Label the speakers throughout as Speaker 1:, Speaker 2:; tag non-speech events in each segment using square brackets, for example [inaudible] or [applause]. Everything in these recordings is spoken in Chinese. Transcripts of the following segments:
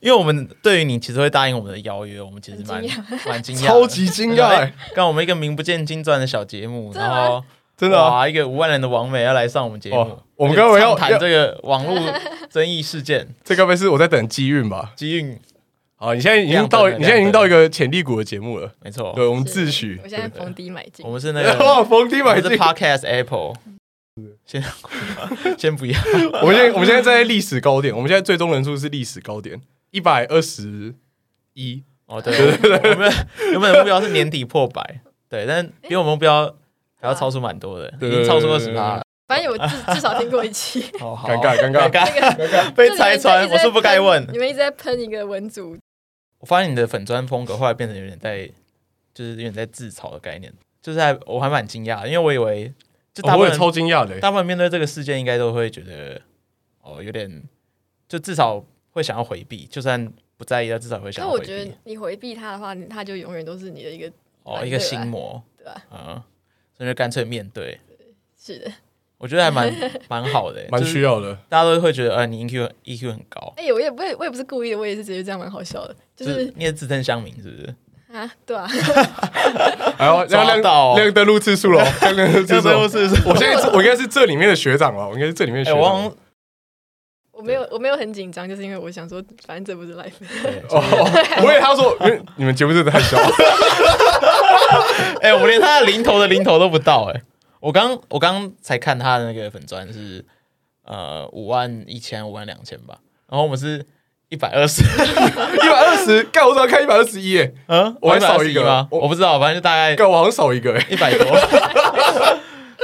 Speaker 1: 因为我们对于你其实会答应我们的邀约，我们其实蛮
Speaker 2: 很惊
Speaker 1: 蛮惊讶的，
Speaker 3: 超级惊讶、欸，
Speaker 1: 跟我们一个名不见经传的小节目，
Speaker 2: 真的
Speaker 1: 然
Speaker 2: 吗
Speaker 1: 后
Speaker 3: 真的啊！
Speaker 1: 哇，一个五万人的王美要来上我们节目
Speaker 3: 哇，我们刚刚要
Speaker 1: 而且畅谈这个网络争议事件，
Speaker 3: 这该不会是我在等机运吧？
Speaker 1: 机运
Speaker 3: 好，你现在已经
Speaker 1: 两
Speaker 3: 到，
Speaker 1: 本的
Speaker 3: 你现在已经到一个潜力股的节目了。
Speaker 1: 没错，
Speaker 3: 对，我哦们
Speaker 2: 是
Speaker 3: 自诩。
Speaker 2: 我现在逢低买进
Speaker 1: 我，们是那
Speaker 3: [laughs]
Speaker 1: [laughs]
Speaker 3: 对
Speaker 1: 个
Speaker 3: 哇，逢低
Speaker 1: 我
Speaker 3: 买
Speaker 1: 们是
Speaker 3: 进。
Speaker 1: Podcast Apple，先 [laughs] 先不要，
Speaker 3: [laughs] 我们现在我们现在在历史高点，我们现在最终人数是历史高点一百二十一。
Speaker 1: 哦对，我们原本的目标是年底破百，对，但比我们目标还要超出蛮多的，已
Speaker 3: 对
Speaker 1: 经超出二十趴了，
Speaker 2: 反正我至至少听过
Speaker 1: [laughs]
Speaker 2: 一期。
Speaker 1: 好好
Speaker 3: 尴尬尴
Speaker 1: 尴
Speaker 3: 尬，
Speaker 1: 尬，被拆穿，我是不该问。
Speaker 2: 你们一直在喷一个文组，
Speaker 1: 我发现你的粉砖风格后来变成有点在，就是有点在自嘲的概念，就是还我还蛮惊讶，因为我以为就大
Speaker 3: 哦
Speaker 1: 部
Speaker 3: 我也
Speaker 1: 分人、
Speaker 3: 超惊讶的欸。
Speaker 1: 大部分面对这个事件应该都会觉得哦有点，就至少会想要回避，就算不在意，但至少会想
Speaker 2: 但
Speaker 1: 要回
Speaker 2: 我
Speaker 1: 避。
Speaker 2: 觉得你回避他的话，你他就永远都是你的一个
Speaker 1: 哦一个心魔，
Speaker 2: 对啊吧？
Speaker 1: 嗯，所以就干脆面对，
Speaker 2: 是的。
Speaker 1: 我觉得还
Speaker 2: [laughs]
Speaker 1: 蛮蛮好的、欸
Speaker 3: 蛮
Speaker 1: 就是
Speaker 3: 需要的，
Speaker 1: 大家都会觉得，呃，你 EQ EQ 很高，
Speaker 2: 哎、我也不我也我也不是故意的，我也是直接这样，蛮好笑的。就
Speaker 1: 就是
Speaker 2: 是
Speaker 1: 你也自称乡民是不是？
Speaker 2: 啊，对啊，
Speaker 3: 然后
Speaker 1: 抓
Speaker 3: 哎亮亮
Speaker 1: 到哦
Speaker 3: 亮登录次数了哦，亮登录次数哦。
Speaker 1: 是是，
Speaker 3: 我现在是我应该是这里面的学长了，我应该是这里面的
Speaker 1: 哎，
Speaker 3: 学
Speaker 1: 我
Speaker 3: 长
Speaker 1: 好
Speaker 3: 哦。
Speaker 1: 像
Speaker 2: 我没有我没有很紧张，就是因为我想说，反正这不是 life， [laughs]
Speaker 1: 对
Speaker 3: 哦，我以为他说，因为你们节目真的太小，
Speaker 1: 哎、我连他的零头的零头都不到哎、我刚我刚才看他的那个粉砖是呃五万一千五万两千吧，然后我们是一百二十，
Speaker 3: 一百二十，干我怎么看一百二十一？
Speaker 1: 嗯，
Speaker 3: 啊我还少
Speaker 1: 121
Speaker 3: 一个
Speaker 1: 吗？
Speaker 3: 我
Speaker 1: 我不知道，反正就大概
Speaker 3: [laughs] 干我好像少一个哎。
Speaker 1: 一百多， [laughs]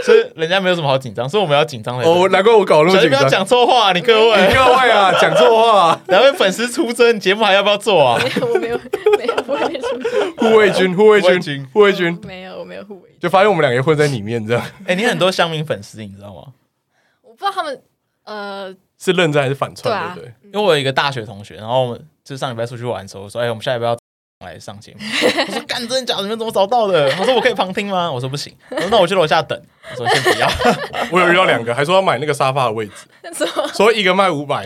Speaker 1: 所以人家没有什么好紧张，所以我们要紧张的。
Speaker 3: 哦， [laughs] 难怪我搞得那
Speaker 1: 小
Speaker 3: 么
Speaker 1: 心
Speaker 3: 紧
Speaker 1: 不要
Speaker 3: 张。
Speaker 1: 讲错话、你各位，
Speaker 3: 你
Speaker 1: [laughs]
Speaker 3: 各位啊，讲错话啊，
Speaker 1: 两位粉丝出征，你节目还要不要做啊？
Speaker 2: 没有我没有没有不会出
Speaker 1: [laughs]
Speaker 2: 现
Speaker 3: 护卫军，护卫
Speaker 1: 护卫
Speaker 3: 军
Speaker 1: 军，
Speaker 3: 护卫军，
Speaker 2: 没有我没有互为，
Speaker 3: 就发现我们两个混在里面，这样
Speaker 1: 哎、你很多乡民粉丝，你知道吗？
Speaker 2: 我不知道他们呃
Speaker 3: [laughs] 是认真还是反
Speaker 2: 对
Speaker 3: 串，
Speaker 2: 啊
Speaker 3: 对不对？
Speaker 1: 因为我有一个大学同学，然后我们就上礼拜出去玩的时候，我说：“哎、我们下礼拜要来上节目。” [laughs] 我说：“干，真的假的？你们怎么找到的？”我说：“我可以旁听吗？”我说：“不行。”我说：“那我去楼下等。”我说：“先不要。
Speaker 3: 我有遇到两个，还说要买那个沙发的位置，
Speaker 2: [laughs] 什么
Speaker 3: 说一个卖五
Speaker 2: [laughs]
Speaker 3: 百，”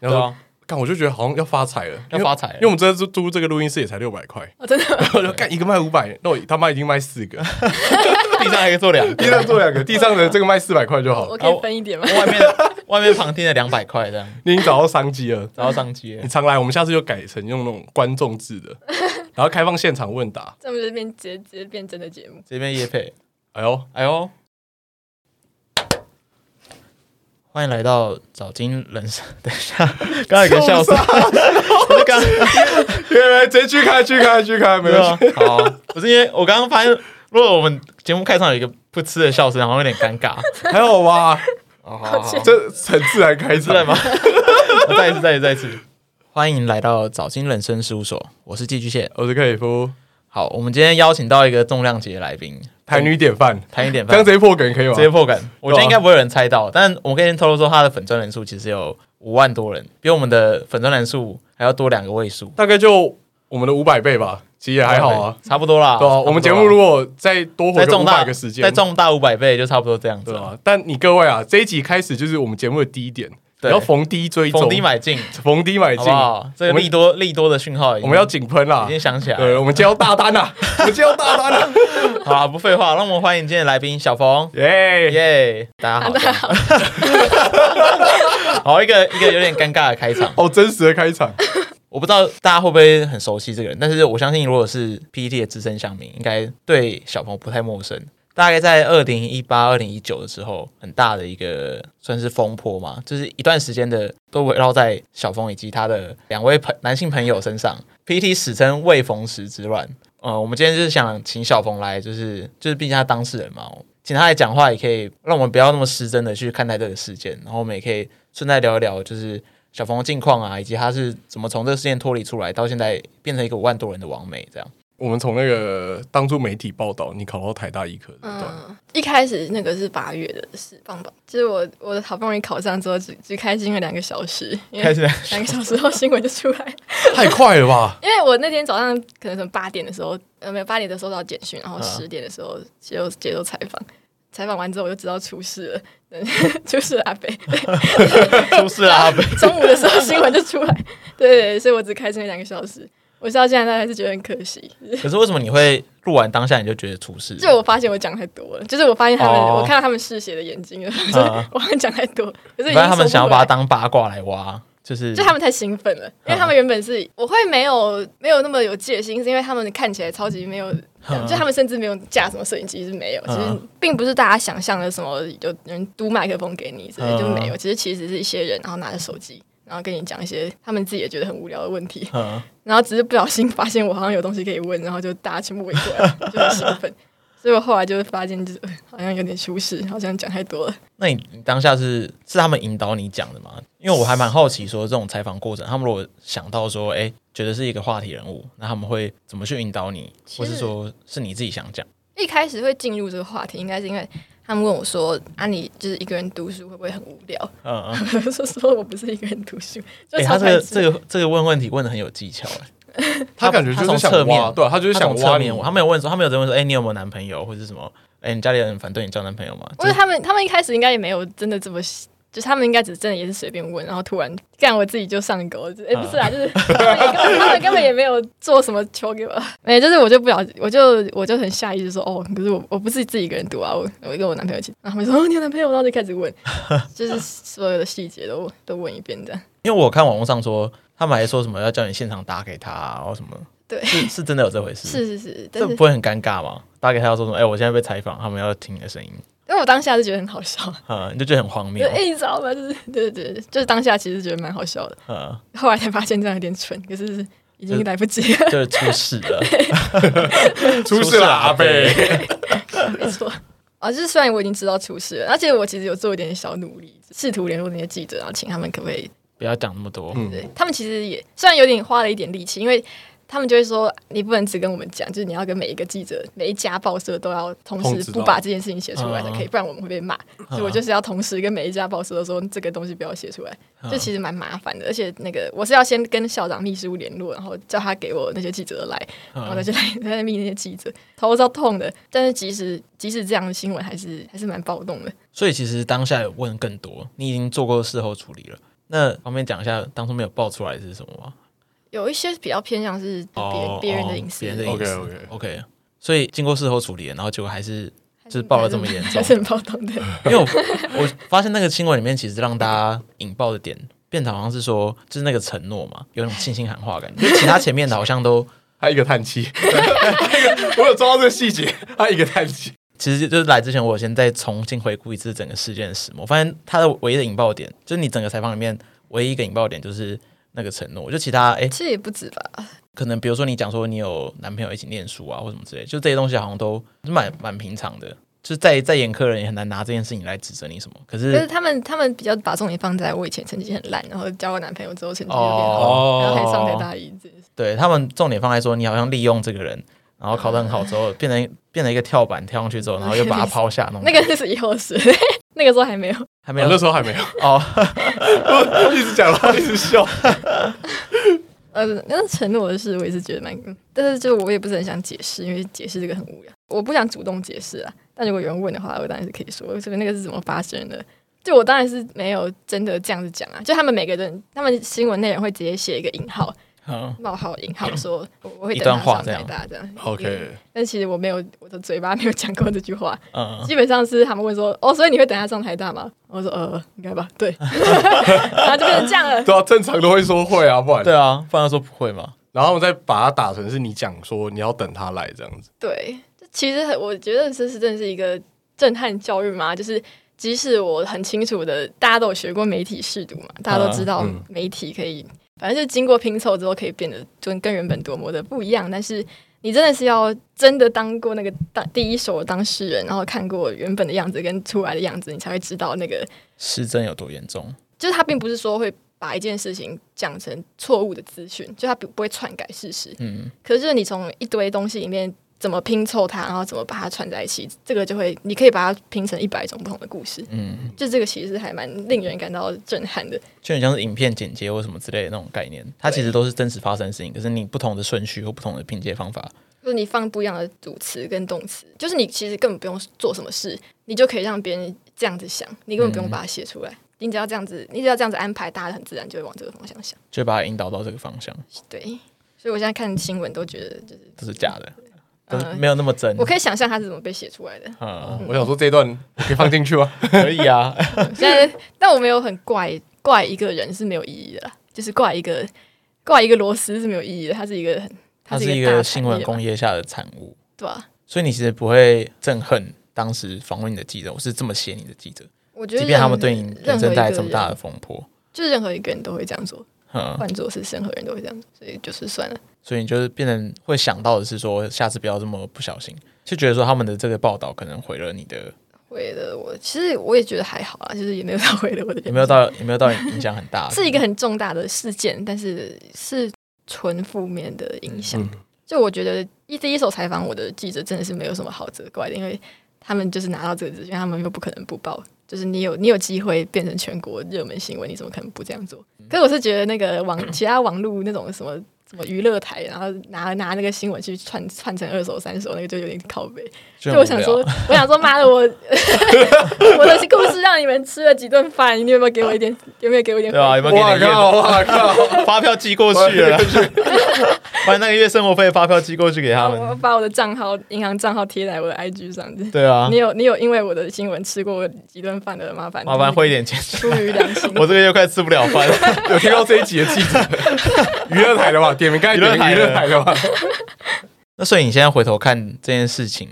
Speaker 3: 然
Speaker 1: 对
Speaker 3: 后说，
Speaker 1: 啊，
Speaker 3: 干我就觉得好像要发财了，
Speaker 1: 要发财
Speaker 3: 因为因为
Speaker 1: 了
Speaker 3: 我。们这次租这个录音室也才六百 [laughs] 块，
Speaker 2: 哦真的
Speaker 1: 啊
Speaker 2: 吗
Speaker 3: 然后就干一个卖五百，那我他妈已经卖四 [laughs] 个，
Speaker 1: 地上啊还可以坐两个，
Speaker 3: 地上做两个，地上的这个卖四百块就好
Speaker 2: 我 [laughs]
Speaker 3: 了，
Speaker 2: 可以分一点吗？
Speaker 1: 外面的外面旁听的两百块这样，
Speaker 3: 你已经找到商机了。
Speaker 1: 然后上街
Speaker 3: [laughs] 你。常来，我们下次就改成用那种观众制
Speaker 2: [laughs]
Speaker 3: 的，然后开放现场问答。
Speaker 2: 这么就变直接直接变真的节目，
Speaker 1: 这边叶配，
Speaker 3: 哎呦，
Speaker 1: 哎呦，欢迎来到早金人生。 [laughs] 等一下，刚才有个笑
Speaker 3: [laughs]
Speaker 1: 声，不是刚。
Speaker 3: 别别，直接去开，去开，去开，没
Speaker 1: 没有
Speaker 3: 关
Speaker 1: 啊
Speaker 3: 系。，
Speaker 1: 好啊，不是因为我刚刚发现，如果我们节目开场有一个噗嗤的笑声，好像有点尴尬。
Speaker 3: 还好吧，
Speaker 1: 啊哦，好好好，
Speaker 3: 这很自然开
Speaker 1: 是
Speaker 3: 场
Speaker 1: 在
Speaker 3: [laughs]
Speaker 1: 吗？？我再一次，再一次，再一次。欢迎来到早金人生事务所，我是寄居蟹。
Speaker 3: 我是克里夫，
Speaker 1: 好，我们今天邀请到一个重量级的来宾，
Speaker 3: 台女典范，
Speaker 1: 谈一点
Speaker 3: 这
Speaker 1: 饭，
Speaker 3: 样直接破梗可以吗啊
Speaker 1: 直？接破梗。我觉得应该不会有人猜到，但我跟你透露说，他的粉钻人数其实有五万多人，比我们的粉钻人数还要多两个位数。
Speaker 3: 大概就我们的五百倍吧，其实也还好啊。，
Speaker 1: 差不多啦。
Speaker 3: 对
Speaker 1: 差
Speaker 3: 啊，
Speaker 1: 不多啦
Speaker 3: 我们节目如果再多
Speaker 1: 再
Speaker 3: 回
Speaker 1: 重
Speaker 3: 五
Speaker 1: 大
Speaker 3: 百个时间，
Speaker 1: 再重大五百倍，就差不多这样子
Speaker 3: 对
Speaker 1: 了。
Speaker 3: 啊。但你各位啊，这一集开始就是我们节目的低点，
Speaker 1: 对
Speaker 3: 要逢低追踪，
Speaker 1: 逢低买进，
Speaker 3: 逢低买
Speaker 1: 好
Speaker 3: 进
Speaker 1: 不，好？这个
Speaker 3: 我们
Speaker 1: 利多利多的讯号已经，
Speaker 3: 我们要井喷啦
Speaker 1: 已。经想起来
Speaker 3: 对，
Speaker 1: 了。
Speaker 3: 我们接到大单
Speaker 1: [laughs]
Speaker 3: 啦，我们接到大单啦，
Speaker 1: 好啦，不废话，让我们欢迎今天的来宾小冯，[laughs]
Speaker 3: 耶！
Speaker 1: 耶！大家好，大家好。 [laughs] 好，一个一个有点尴尬的开场，
Speaker 3: 哦，真实的开场，
Speaker 1: 我不知道大家会不会很熟悉这个人，但是我相信如果是 PPT 的资深乡民，应该对小冯不太陌生。大概在二零一八、二零一九的时候，很大的一个算是风波嘛，就是一段时间的都围绕在小冯以及他的两位朋男性朋友身上。PPT E 史称“未逢时之乱”。呃，我们今天就是想请小冯来，就是就是毕竟他当事人嘛，请他来讲话，也可以让我们不要那么失真的去看待这个事件，然后我们也可以顺带聊一聊，就是小冯的近况啊，以及他是怎么从这个事件脱离出来，到现在变成一个五万多人的王美这样。
Speaker 3: 我们从那个当初媒体报道你考到台大医科的那段，
Speaker 2: 嗯，一开始那个是八月的事，棒棒。就是我我好不容易考上之后，只只开心了两个小时，因为
Speaker 1: 始来
Speaker 2: 两个小时后新闻就出来 [laughs] 了。
Speaker 3: 太快了吧？
Speaker 2: 因为我那天早上可能从八点的时候，呃，没有八点的收到简讯，然后
Speaker 1: 嗯
Speaker 2: 十点的时候接受接受采访，采访完之后我就知道出事了， [laughs] 对出事了阿北。
Speaker 1: [laughs] 出事啦！阿北啊
Speaker 2: [laughs] 中午的时候新闻就出来， [laughs] 对，所以我只开心了两个小时。我到现在还是觉得很可惜，
Speaker 1: 可是为什么你会录完当下你就觉得出事？
Speaker 2: 就我发现我讲太多了，就是我发现他们，
Speaker 1: 哦
Speaker 2: 我看到他们嗜血的眼睛了，就是
Speaker 1: 啊
Speaker 2: [laughs] 我好像讲太多，可是
Speaker 1: 反
Speaker 2: 已经
Speaker 1: 正他们
Speaker 2: 收不
Speaker 1: 想要把它
Speaker 2: 回来
Speaker 1: 当八卦来挖，就是
Speaker 2: 就他们太兴奋
Speaker 1: 嗯
Speaker 2: 了，因为他们原本是我会没有没有那么有戒心，是因为他们看起来超级没有，
Speaker 1: 嗯
Speaker 2: 就他们甚至没有架什么摄影机是没有，
Speaker 1: 嗯
Speaker 2: 其实并不是大家想象的什么有人嘟麦克风给你之类
Speaker 1: 嗯
Speaker 2: 就没有，其实其实是一些人然后拿着手机。然后跟你讲一些他们自己也觉得很无聊的问题，
Speaker 1: 嗯
Speaker 2: 然后只是不小心发现我好像有东西可以问，然后就大家全部围过来，就很兴奋。所以我后来就发现，就是呃好像有点出事，好像讲太多了。
Speaker 1: 那你你当下是是他们引导你讲的吗？因为我还蛮好奇，说这种采访过程，他们如果想到说，哎、觉得是一个话题人物，那他们会怎么去引导你，
Speaker 2: 其
Speaker 1: 或
Speaker 2: 实
Speaker 1: 是说是你自己想讲？
Speaker 2: 一开始会进入这个话题，应该是因为他们问我说：“啊，你就是一个人读书会不会很无聊 [laughs]
Speaker 1: 嗯嗯，？”
Speaker 2: 我就说我不是一个人读书，就
Speaker 1: 哎、
Speaker 2: 超
Speaker 1: 他这
Speaker 2: 开
Speaker 1: 个
Speaker 2: 心。
Speaker 1: 这个这个问问题问的很有技巧、哎
Speaker 3: 他感觉
Speaker 1: 他
Speaker 3: 就
Speaker 1: 从
Speaker 3: 是想
Speaker 1: 侧
Speaker 3: 挖，
Speaker 1: 面
Speaker 3: 对，他就是
Speaker 1: 他
Speaker 3: 想
Speaker 1: 从侧
Speaker 3: 挖你
Speaker 1: 面，。他没有问说，他没有在问说，哎、你有没有男朋友，或者是什么？哎、你家里人反对你交男朋友吗？
Speaker 2: 我觉得他们他们一开始应该也没有真的这么。就是他们应该只是真的也是随便问，然后突然干我自己就上钩，哎、不是啊，就是 [laughs] 他们也根本他们根本也没有做什么球给我， [laughs] 没有，就是我就不了，我就我就很下意识说，哦，可是我我不是自己一个人读啊，我我跟我男朋友一起，然后他们说哦你 [laughs] 有男朋友，然后就开始问，就是所有的细节都都问一遍这样。嗯
Speaker 1: 因为我看网络上说，他们还说什么要叫你现场打给他、啊，然后什么，
Speaker 2: 对
Speaker 1: 是是真的有这回事？，
Speaker 2: 是是是，但
Speaker 1: 这
Speaker 2: 是
Speaker 1: 不会很尴尬吗？打给他要说什么？哎、我现在被采访，他们要听你的声音，
Speaker 2: 因为我当下是觉得很好笑，
Speaker 1: 嗯，你就觉得很荒
Speaker 2: 就 [laughs]
Speaker 1: 谬，
Speaker 2: 哎、你知道吗？就是对对对，就是当下其实觉得蛮好笑的，
Speaker 1: 嗯，
Speaker 2: 后来才发现这样有点蠢，可是已经来不及了， [laughs]
Speaker 1: 就是出事了，
Speaker 3: 出事了，阿贝。
Speaker 2: 没错。啊，就是虽然我已经知道出事了，而且我其实有做一点小努力，试图联络那些记者，然后啊请他们可不可以？
Speaker 1: [laughs] 不要讲那么多，
Speaker 3: 嗯，
Speaker 2: 对他们其实也虽然有点花了一点力气，因为他们就会说你不能只跟我们讲，就是你要跟每一个记者、每一家报社都要同
Speaker 3: 通
Speaker 2: 时
Speaker 3: 知
Speaker 2: 不
Speaker 3: 到
Speaker 2: 把这件事情写出来才
Speaker 1: 嗯
Speaker 2: 可以，不然我们会被骂。所以我就是要同时跟每一家报社都说这个东西不要写出来。
Speaker 1: 嗯
Speaker 2: 这其实蛮麻烦的，而且那个我是要先跟校长秘书联络，然后叫他给我那些记者的来，然后再去来再来密那些记者，头是要痛的。但是即使即使这样的新闻，还是还是蛮暴动的。
Speaker 1: 所以其实当下有问更多，你已经做过事后处理了。那方便讲一下当初没有爆出来是什么吗？
Speaker 2: 有一些比较偏向是别人、
Speaker 1: 哦
Speaker 2: 别人的
Speaker 1: 哦
Speaker 2: 隐私，
Speaker 1: 别人的隐
Speaker 3: OK，
Speaker 1: 私
Speaker 3: OK
Speaker 1: OK。所以经过事后处理，然后结果还是
Speaker 2: 还
Speaker 1: 就是爆了这么
Speaker 2: [laughs]
Speaker 1: 严重
Speaker 2: 还是很暴动的。
Speaker 1: [laughs] 因为我我发现那个新闻里面其实让大家引爆的点变得好像是说，就是那个承诺嘛，有种信心喊话的感觉。因为其他前面的好像都
Speaker 3: 他一个叹气， [laughs] 他一个我有抓到这个细节，他一个叹气。
Speaker 1: 其实就是来之前，我先再重新回顾一次整个事件的始末。我发现它的唯一的引爆点，就是你整个采访里面唯一一个引爆点就是那个承诺。就其他哎，诶
Speaker 2: 其实也不止吧，
Speaker 1: 可能比如说你讲说你有男朋友一起念书啊，或什么之类，就这些东西好像都是蛮蛮平常的。就是再再严苛的人也很难拿这件事情来指责你什么。可
Speaker 2: 可是
Speaker 1: 是
Speaker 2: 他们他们比较把重点放在我以前成绩很烂，然后交过男朋友之后成绩就变好，
Speaker 1: 哦
Speaker 2: 然后还上台大一这件事
Speaker 1: 对他们重点放在说你好像利用这个人，然后考得很好之后，变成变成一个跳板跳上去之后，然后又把他抛下那种
Speaker 2: 那
Speaker 1: 感觉。
Speaker 2: 个是以后的事， [laughs] 那个时候还没有。
Speaker 1: 还没
Speaker 3: 没有，那
Speaker 1: 有
Speaker 3: 时候还没有，
Speaker 1: 哦，
Speaker 3: 我一直讲，然后一直笑。
Speaker 2: 呃，那承诺的事我也是觉得蛮，但是就我也不是很想解释，因为解释这个很无聊，我不想主动解释啊。但如果有人问的话，我当然是可以说，我觉得那个是怎么发生的。就我当然是没有真的这样子讲啊，就他们每个人，他们新闻内容会直接写一个引号、
Speaker 1: 嗯
Speaker 2: 冒号、引号，说我我会
Speaker 1: 一
Speaker 2: 等
Speaker 1: 段
Speaker 2: 他
Speaker 1: 话
Speaker 2: 上
Speaker 1: 这
Speaker 2: 台
Speaker 1: 样
Speaker 2: 大这样。
Speaker 3: OK，
Speaker 2: 但其实我没有，我的嘴巴没有讲过这句话，
Speaker 1: 嗯，
Speaker 2: 基本上是他们问说，哦，所以你会等他上台大吗？我说呃，应该吧，
Speaker 3: [laughs]
Speaker 2: 对，然后就变成这样了。
Speaker 3: 对啊，正常都会说会啊，不然
Speaker 1: 对，啊，不然说不会嘛。
Speaker 3: 然后再把它打成是你讲说你要等他来这样子。
Speaker 2: 对，这其实很我觉得这是真的是一个震撼教育嘛，就是即使我很清楚的，大家都有学过媒体试读嘛，大家都知道
Speaker 3: 嗯
Speaker 2: 媒体可以，反正就经过拼凑之后可以变得跟跟原本多么的不一样，但是。你真的是要真的当过那个当第一手的当事人，然后看过原本的样子跟出来的样子，你才会知道那个
Speaker 1: 失真有多严重？
Speaker 2: 就是他并不是说会把一件事情讲成错误的资讯，就他不不会篡改事实。
Speaker 1: 嗯，
Speaker 2: 可是就是你从一堆东西里面怎么拼凑它，然后怎么把它串在一起，这个就会你可以把它拼成一百种不同的故事。
Speaker 1: 嗯，
Speaker 2: 就这个其实还蛮令人感到震撼的。
Speaker 1: 就很像是影片剪接或什么之类的那种概念，它其实都是真实发生的事情，可是你不同的顺序或不同的拼接方法，
Speaker 2: 就是你放不一样的主词跟动词，
Speaker 1: 嗯
Speaker 2: 就是你其实根本不用做什么事，你就可以让别人这样子想，你根本不用把它写出来。你只要这样子，你只要这样子安排，大家很自然就会往这个方向想。
Speaker 1: 就把它引导到这个方向，
Speaker 2: 对，所以我现在看新闻都觉得就是，
Speaker 1: 这是假的，但是
Speaker 2: 呃，
Speaker 1: 没有那么真
Speaker 2: 我。可以想象它是怎么被写出来的。
Speaker 1: 嗯，
Speaker 3: 我想说这一段可以放进去吗？
Speaker 1: 可以啊，
Speaker 2: 现在，但我没有很怪怪一个人是没有意义的啦，就是怪一个怪一个螺丝是没有意义的，它是一个很，
Speaker 1: 它
Speaker 2: 它
Speaker 1: 是一
Speaker 2: 大
Speaker 1: 个
Speaker 2: 产
Speaker 1: 新
Speaker 2: 业
Speaker 1: 闻
Speaker 2: 嘛
Speaker 1: 工业下的产物，
Speaker 2: 对吧？
Speaker 1: 所以你其实不会憎恨当时访问你的记者，我是这么写你的记者，
Speaker 2: 我觉得
Speaker 1: 即便他们
Speaker 2: 任
Speaker 1: 对你人
Speaker 2: 任何
Speaker 1: 生
Speaker 2: 一
Speaker 1: 带来
Speaker 2: 个
Speaker 1: 这么大的
Speaker 2: 人，
Speaker 1: 风波，
Speaker 2: 就是任何一个人都会这样做，
Speaker 1: 嗯，
Speaker 2: 换作是任何人都会这样做，所以就是算了。
Speaker 1: 所以你就是变成会想到的是说，下次不要这么不小心，就觉得说他们的这个报道可能毁了你的，
Speaker 2: 毁了我，其实我也觉得还好啊，就是也没有到毁了我的
Speaker 1: 有
Speaker 2: 人生，
Speaker 1: 没有到有没有到影响很大？
Speaker 2: [laughs] 是一个很重大的事件，但是是纯负面的影响。
Speaker 3: 嗯
Speaker 2: 就我觉得一第一手采访我的记者真的是没有什么好责怪的，因为他们就是拿到这个资讯，他们又不可能不报。就是你有你有机会变成全国热门新闻，你怎么可能不这样做？
Speaker 1: 嗯
Speaker 2: 可是我是觉得那个网其他网络那种什么什么娱乐台，然后拿拿那个新闻去串串成二手三手，那个就有点靠背。
Speaker 1: 就很
Speaker 2: 就我
Speaker 1: 无
Speaker 2: 想
Speaker 1: 聊
Speaker 2: 说，我想说，妈的，我 [laughs] 我的故事让你们吃了几顿饭，你有没有给我一点？有没有给我一点回
Speaker 1: 对
Speaker 2: 馈？
Speaker 1: 吧？有没有给你一
Speaker 3: 哇
Speaker 1: 个
Speaker 3: 靠！哇靠！
Speaker 1: [laughs] 发票寄过去
Speaker 3: [laughs]
Speaker 1: 了， [laughs] 把那个月生活费的发票寄过去给他
Speaker 2: 我
Speaker 1: 们。
Speaker 2: 把我的账号、银行账号贴在我的 IG 上。
Speaker 1: 对啊
Speaker 2: 你，有你有因为我的新闻吃过几顿饭的麻烦？
Speaker 1: 麻烦汇一点钱，。
Speaker 2: 出于良心
Speaker 1: [laughs] 我这个月快吃不了饭。 [laughs]
Speaker 3: [laughs] 有听到这一集的记 [laughs] 者，娱乐台的吧？点名刚才点名娱乐台的吧？ [laughs]
Speaker 1: 那所以你现在回头看这件事情，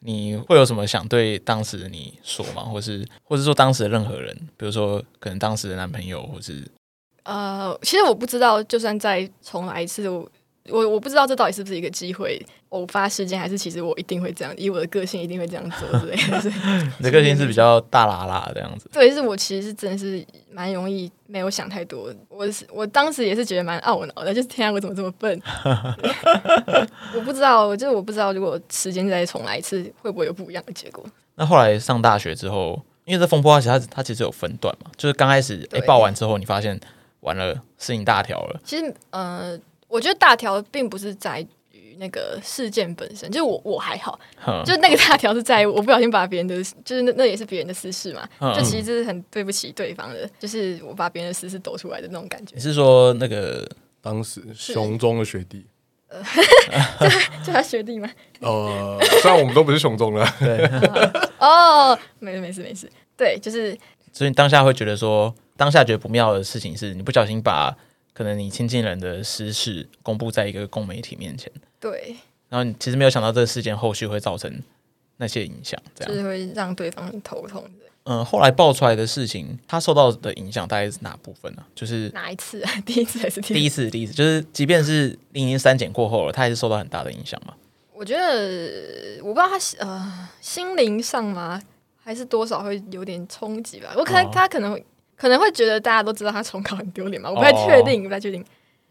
Speaker 1: 你会有什么想对当时的你说吗？或是或是说当时的任何人，比如说可能当时的男朋友，或是
Speaker 2: 呃，其实我不知道，就算再重来一次，我我我不知道这到底是不是一个机会、偶发事件，还是其实我一定会这样，以我的个性一定会这样做之类的。 [laughs] 所以
Speaker 1: 你的个性是比较大啦啦这样子。
Speaker 2: 对，就是我其实是真的是蛮容易没有想太多，我是我当时也是觉得蛮懊恼的，就是天啊，我怎么这么
Speaker 1: [laughs]
Speaker 2: 笨？我不知道，就是我不知道，如果时间再重来一次，会不会有不一样的结果？
Speaker 1: 那后来上大学之后，因为这风波它其实它它其实有分段嘛，就是刚开始哎
Speaker 2: 对
Speaker 1: 爆完之后，你发现完了事情大条了，
Speaker 2: 其实，呃，我觉得大条并不是在于那个事件本身，就是我我还好，
Speaker 1: 哼，
Speaker 2: 就是那个大条是在于我不小心把别人的，就是那那也是别人的私事嘛，
Speaker 1: 嗯
Speaker 2: 就其实这是很对不起对方的，就是我把别人的私事抖出来的那种感觉 [laughs]
Speaker 1: 你。是说那个
Speaker 3: 当时熊中的学弟，
Speaker 2: 就他学弟嘛，
Speaker 3: 呃，虽然我们都不是熊 [laughs] 中的，
Speaker 1: 对？
Speaker 2: 哦，没事没事没事，对，就是
Speaker 1: 所以你当下会觉得说，当下觉得不妙的事情是你不小心把可能你亲近人的私事公布在一个公媒体面前，
Speaker 2: 对，
Speaker 1: 然后你其实没有想到这个事件后续会造成那些影响，这
Speaker 2: 就
Speaker 1: 样。
Speaker 2: 是会让对方很头痛的。
Speaker 1: 嗯、后来爆出来的事情，它受到的影响大概是哪部分呢、就是
Speaker 2: 哪一次啊？ [laughs] 第一次还是第
Speaker 1: 第
Speaker 2: 一
Speaker 1: 一
Speaker 2: 次？
Speaker 1: 次，第一次，就是即便是零零三减过后了，它还是受到很大的影响嘛。
Speaker 2: 我觉得我不知道他是呃心灵上吗，还是多少会有点冲击吧。我可能、
Speaker 1: 哦
Speaker 2: 他可能会可能会觉得大家都知道他重考很丢脸嘛，我不太确定，不太确定。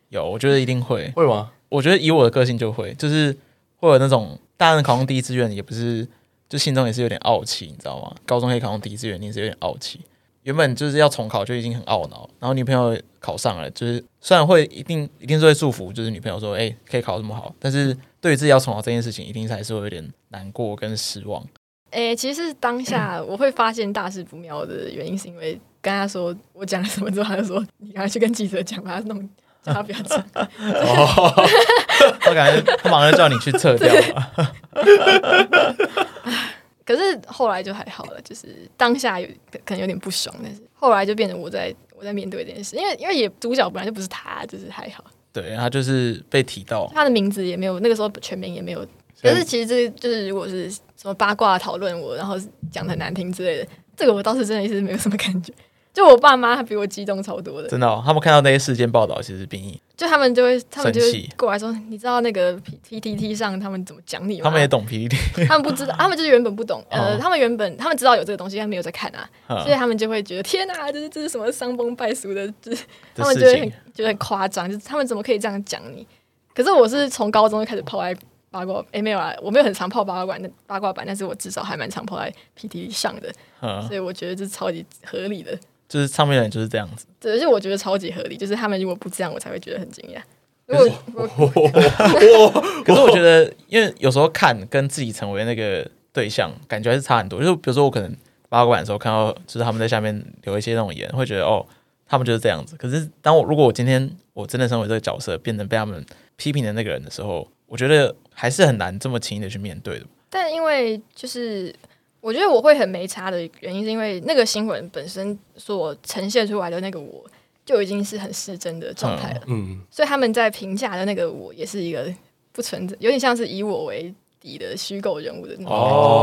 Speaker 1: 有，我觉得一定会。
Speaker 3: 会吗？
Speaker 1: 我觉得以我的个性就会，就是会有那种大人考上第一志愿也不是，就心中也是有点傲气，你知道吗？高中可以考上第一志愿，你也是有点傲气。原本就是要重考就已经很懊恼，然后女朋友考上了，就是虽然会一定一定是会祝福，就是女朋友说，哎、可以考这么好，但是对于自己要重考这件事情，一定是还是会有点难过跟失望。
Speaker 2: 诶、其实是当下我会发现大事不妙的原因，是因为跟他说我讲了什么之后，他就说你赶快去跟记者讲，把他弄，叫他不要讲。
Speaker 1: 哦，我感觉他马上就叫你去撤掉了。
Speaker 2: 可是后来就还好了，就是当下有可可能有点不爽，但是后来就变成我在我在面对这件事，因为因为也主角本来就不是他，就是还好，
Speaker 1: 对，然后就是被提到，
Speaker 2: 他的名字也没有那个时候全名也没有。
Speaker 3: 所以
Speaker 2: 可是其实这就是如果是什么八卦讨论我，然后讲的很难听之类的，这个我倒是真的是没有什么感觉。就我爸妈比我激动超多的，
Speaker 1: 真的哦、他们看到那些事件报道，其实比你，
Speaker 2: 就他们就会他们就
Speaker 1: 生
Speaker 2: 会
Speaker 1: 气
Speaker 2: 过来说，你知道那个 P T T 上他们怎么讲你吗？
Speaker 1: 他们也懂 PPT，
Speaker 2: 他们不知道，他们就是原本不懂，
Speaker 1: 哦
Speaker 2: 呃，他们原本他们知道有这个东西，但没有在看啊，所以
Speaker 1: 嗯
Speaker 2: 他们就会觉得天啊，这是这是什么伤风败俗的，就是
Speaker 1: 的
Speaker 2: 他们就
Speaker 1: 事
Speaker 2: 会
Speaker 1: 情
Speaker 2: 很。觉得很夸张，就是他们怎么可以这样讲你？可是我是从高中就开始泡在八卦，诶，没有啊，我没有很常泡八卦版的八卦版，但是我至少还蛮常泡在 PT 上的，
Speaker 1: 嗯
Speaker 2: 所以我觉得这是超级合理的，
Speaker 1: 就是上面的人就是这样子，
Speaker 2: 对，而且我觉得超级合理，就是他们如果不这样，我才会觉得很惊讶。如
Speaker 1: 可是
Speaker 2: 果我
Speaker 1: 可是我觉得，因为有时候看跟自己成为那个对象，感觉还是差很多。就是比如说，我可能八卦版的时候，看到就是他们在下面留一些那种言，会觉得哦，他们就是这样子。可是当我如果我今天我真的身为这个角色，变成被他们批评的那个人的时候，我觉得还是很难这么轻易的去面对的。
Speaker 2: 但因为就是我觉得我会很没差的原因，是因为那个新闻本身所呈现出来的那个我就已经是很失真的状态了，
Speaker 3: 嗯，
Speaker 2: 所以他们在评价的那个我也是一个不存在，有点像是以我为底的虚构人物的那种，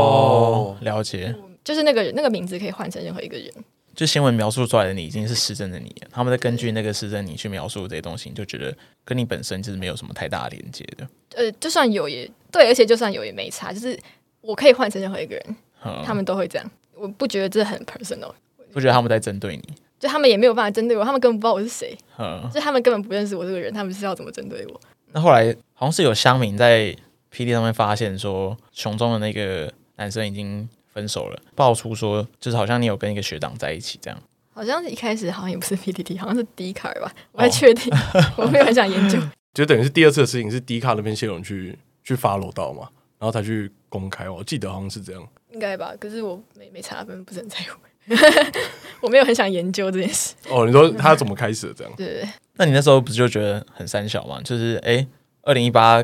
Speaker 3: 哦
Speaker 1: 了解。
Speaker 2: 就是那个人那个名字可以换成任何一个人。
Speaker 1: 就新闻描述出来的你已经是失真的你了，他们在根据那个失真你去描述这些东西，你就觉得跟你本身就是没有什么太大的连接的。
Speaker 2: 呃，就算有也对，而且就算有也没差，就是我可以换成任何一个人，
Speaker 1: 嗯
Speaker 2: 他们都会这样。我不觉得这很 personal，
Speaker 1: 不觉得他们在针对你。
Speaker 2: 就他们也没有办法针对我，他们根本不知道我是谁，
Speaker 1: 嗯，
Speaker 2: 就他们根本不认识我这个人，他们是要怎么针对我？
Speaker 1: 那后来好像是有乡民在 P D 上面发现说，熊中的那个男生已经分手了，爆出说就是好像你有跟一个学长在一起这样。
Speaker 2: 好像是一开始好像也不是 PPT，好像是 D 卡吧，我不太确定，我没有很想研究。
Speaker 3: 就等于是第二次的事情是迪卡那边谢龙去去发楼道嘛，然后他去公开，我记得好像是这样。
Speaker 2: 应该吧，可是我没没查分，不是很在乎。 [laughs] 我没有很想研究这件事，
Speaker 3: 哦，你说他怎么开始的这样？
Speaker 2: 对对对，
Speaker 1: 那你那时候不就觉得很三小嘛？就是哎，二零一八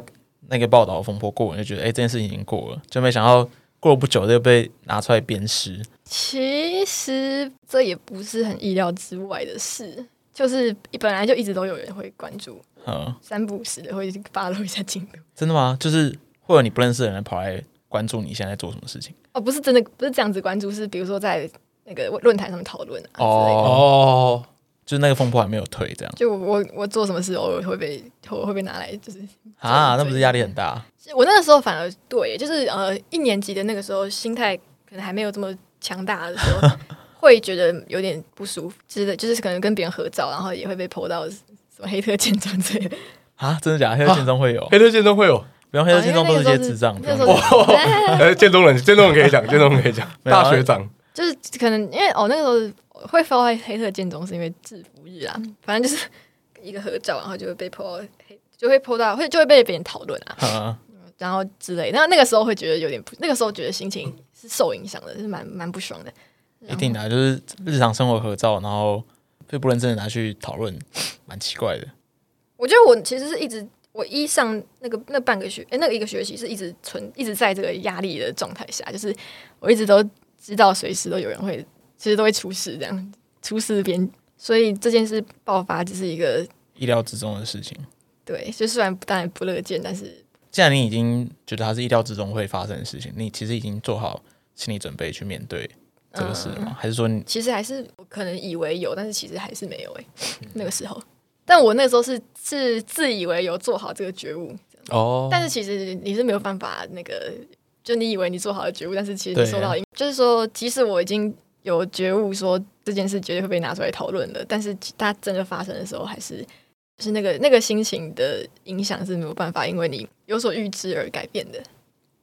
Speaker 1: 那个报道风波过了，你就觉得哎这件事情已经过了，就没想到过了不久就被拿出来鞭尸。
Speaker 2: 其实这也不是很意料之外的事，就是本来就一直都有人会关注，
Speaker 1: 嗯，
Speaker 2: 三不五时的会发露一下进度。
Speaker 1: 真的吗？就是会有你不认识的人跑来关注你现在在做什么事情。
Speaker 2: 哦，不是真的，不是这样子关注，是比如说在那个论坛上面讨论啊之类的。
Speaker 3: 哦，
Speaker 1: 就是那个风波还没有退，这样
Speaker 2: 就我我我做什么事，偶尔会被我会被拿来，就是
Speaker 1: 啊，那不是压力很大？
Speaker 2: 我那个时候反而对，就是呃一年级的那个时候，心态可能还没有这么强大的时候，会觉得有点不舒服，之类，就是可能跟别人合照，然后也会被 PO 到什么黑特见证之类的。
Speaker 1: 啊，真的假的？黑色剑中会有，
Speaker 3: 黑特剑哎中会有，
Speaker 1: 不用黑色剑中都是一些智障，
Speaker 2: 哦因
Speaker 1: 不
Speaker 2: 为那
Speaker 1: 用
Speaker 2: 个时候是那时候是 [laughs]
Speaker 3: 呃，剑中人，剑中人可以讲，剑中人可以讲，
Speaker 1: 没有
Speaker 3: 大学长，
Speaker 2: 就是可能因为哦那个时候是会 PO 在黑特见中是因为制服日啊，反正就是一个合照，然后就会被 PO 到黑，就会 PO 到会就会被别人讨论啊。
Speaker 1: 啊
Speaker 2: 然后之类。那那个时候会觉得有点不，那个时候觉得心情是受影响的，是蛮蛮不爽的。
Speaker 1: 一定的啊，就是日常生活合照，然后被不认真的拿去讨论，蛮奇怪的。
Speaker 2: 我觉得我其实是一直我一上那个那半个学，哎，那个一个学期是一直存一直在这个压力的状态下，就是我一直都知道随时都有人会，其实都会出事这样，出事边，所以这件事爆发只是一个
Speaker 1: 意料之中的事情，
Speaker 2: 对，就虽然当然不乐见，但是
Speaker 1: 既然你已经觉得它是意料之中会发生的事情，你其实已经做好心理准备去面对这个事了
Speaker 2: 嗯
Speaker 1: 吗？还是说你
Speaker 2: 其实还是我可能以为有，但是其实还是没有哎、那个时候。但我那时候是是自以为有做好这个觉悟，
Speaker 3: 哦
Speaker 2: 但是其实你是没有办法那个，就你以为你做好了觉悟，但是其实
Speaker 1: 对
Speaker 2: 你受到影，就是说，即使我已经有觉悟说这件事绝对会被拿出来讨论的，但是它真的发生的时候，还是就是那个那个心情的影响是没有办法，因为你有所预知而改变的。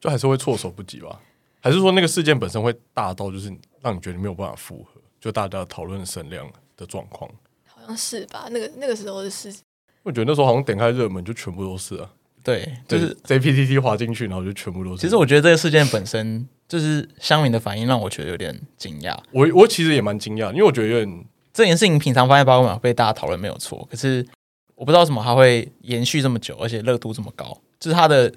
Speaker 3: 就还是会措手不及吧？还是说那个事件本身会大到就是让你觉得没有办法复合，就大家讨论的声量的状况？
Speaker 2: 好像是吧？那个那个时候的事，
Speaker 3: 我觉得那时候好像点开热门就全部都是啊，
Speaker 1: 对，就是
Speaker 3: 对 JPTT 滑进去，然后就全部都是。
Speaker 1: 其实我觉得这个事件本身就是乡民的反应让我觉得有点惊讶，
Speaker 3: 我我其实也蛮惊讶，因为我觉得有点
Speaker 1: 这件事情平常放在八卦版被大家讨论没有错，可是我不知道为什么它会延续这么久，而且热度这么高，就是它的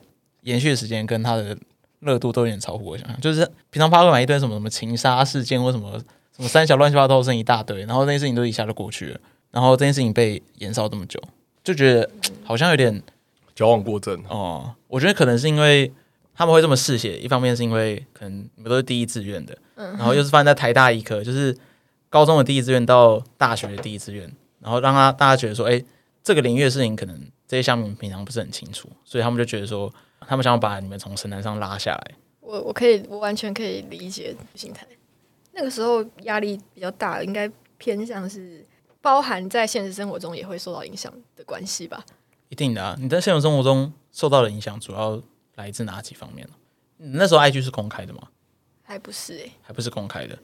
Speaker 1: 延续的时间跟它的热度都有点超乎我想象。就是平常八卦版一堆什么什么情杀事件或什么什么三小乱七八糟的事情一大堆，然后那些事情都一下就过去了，然后这件事情被延烧这么久，就觉得嗯好像有点
Speaker 3: 矫枉过正。
Speaker 1: 哦、我觉得可能是因为他们会这么嗜血，一方面是因为可能你们都是第一志愿的，然后又是放在台大医科，就是高中的第一志愿到大学的第一志愿，然后让他大家觉得说，哎、这个领域的事情可能这些项目平常不是很清楚，所以他们就觉得说，他们想要把你们从神坛上拉下来。
Speaker 2: 我我可以，我完全可以理解心态。那个时候压力比较大，应该偏向是包含在现实生活中也会受到影响的关系吧。
Speaker 1: 一定的啊，你在现实生活中受到的影响主要来自哪几方面呢？你那时候 IG 是公开的吗？
Speaker 2: 还不是诶、欸
Speaker 1: 还不是公开的？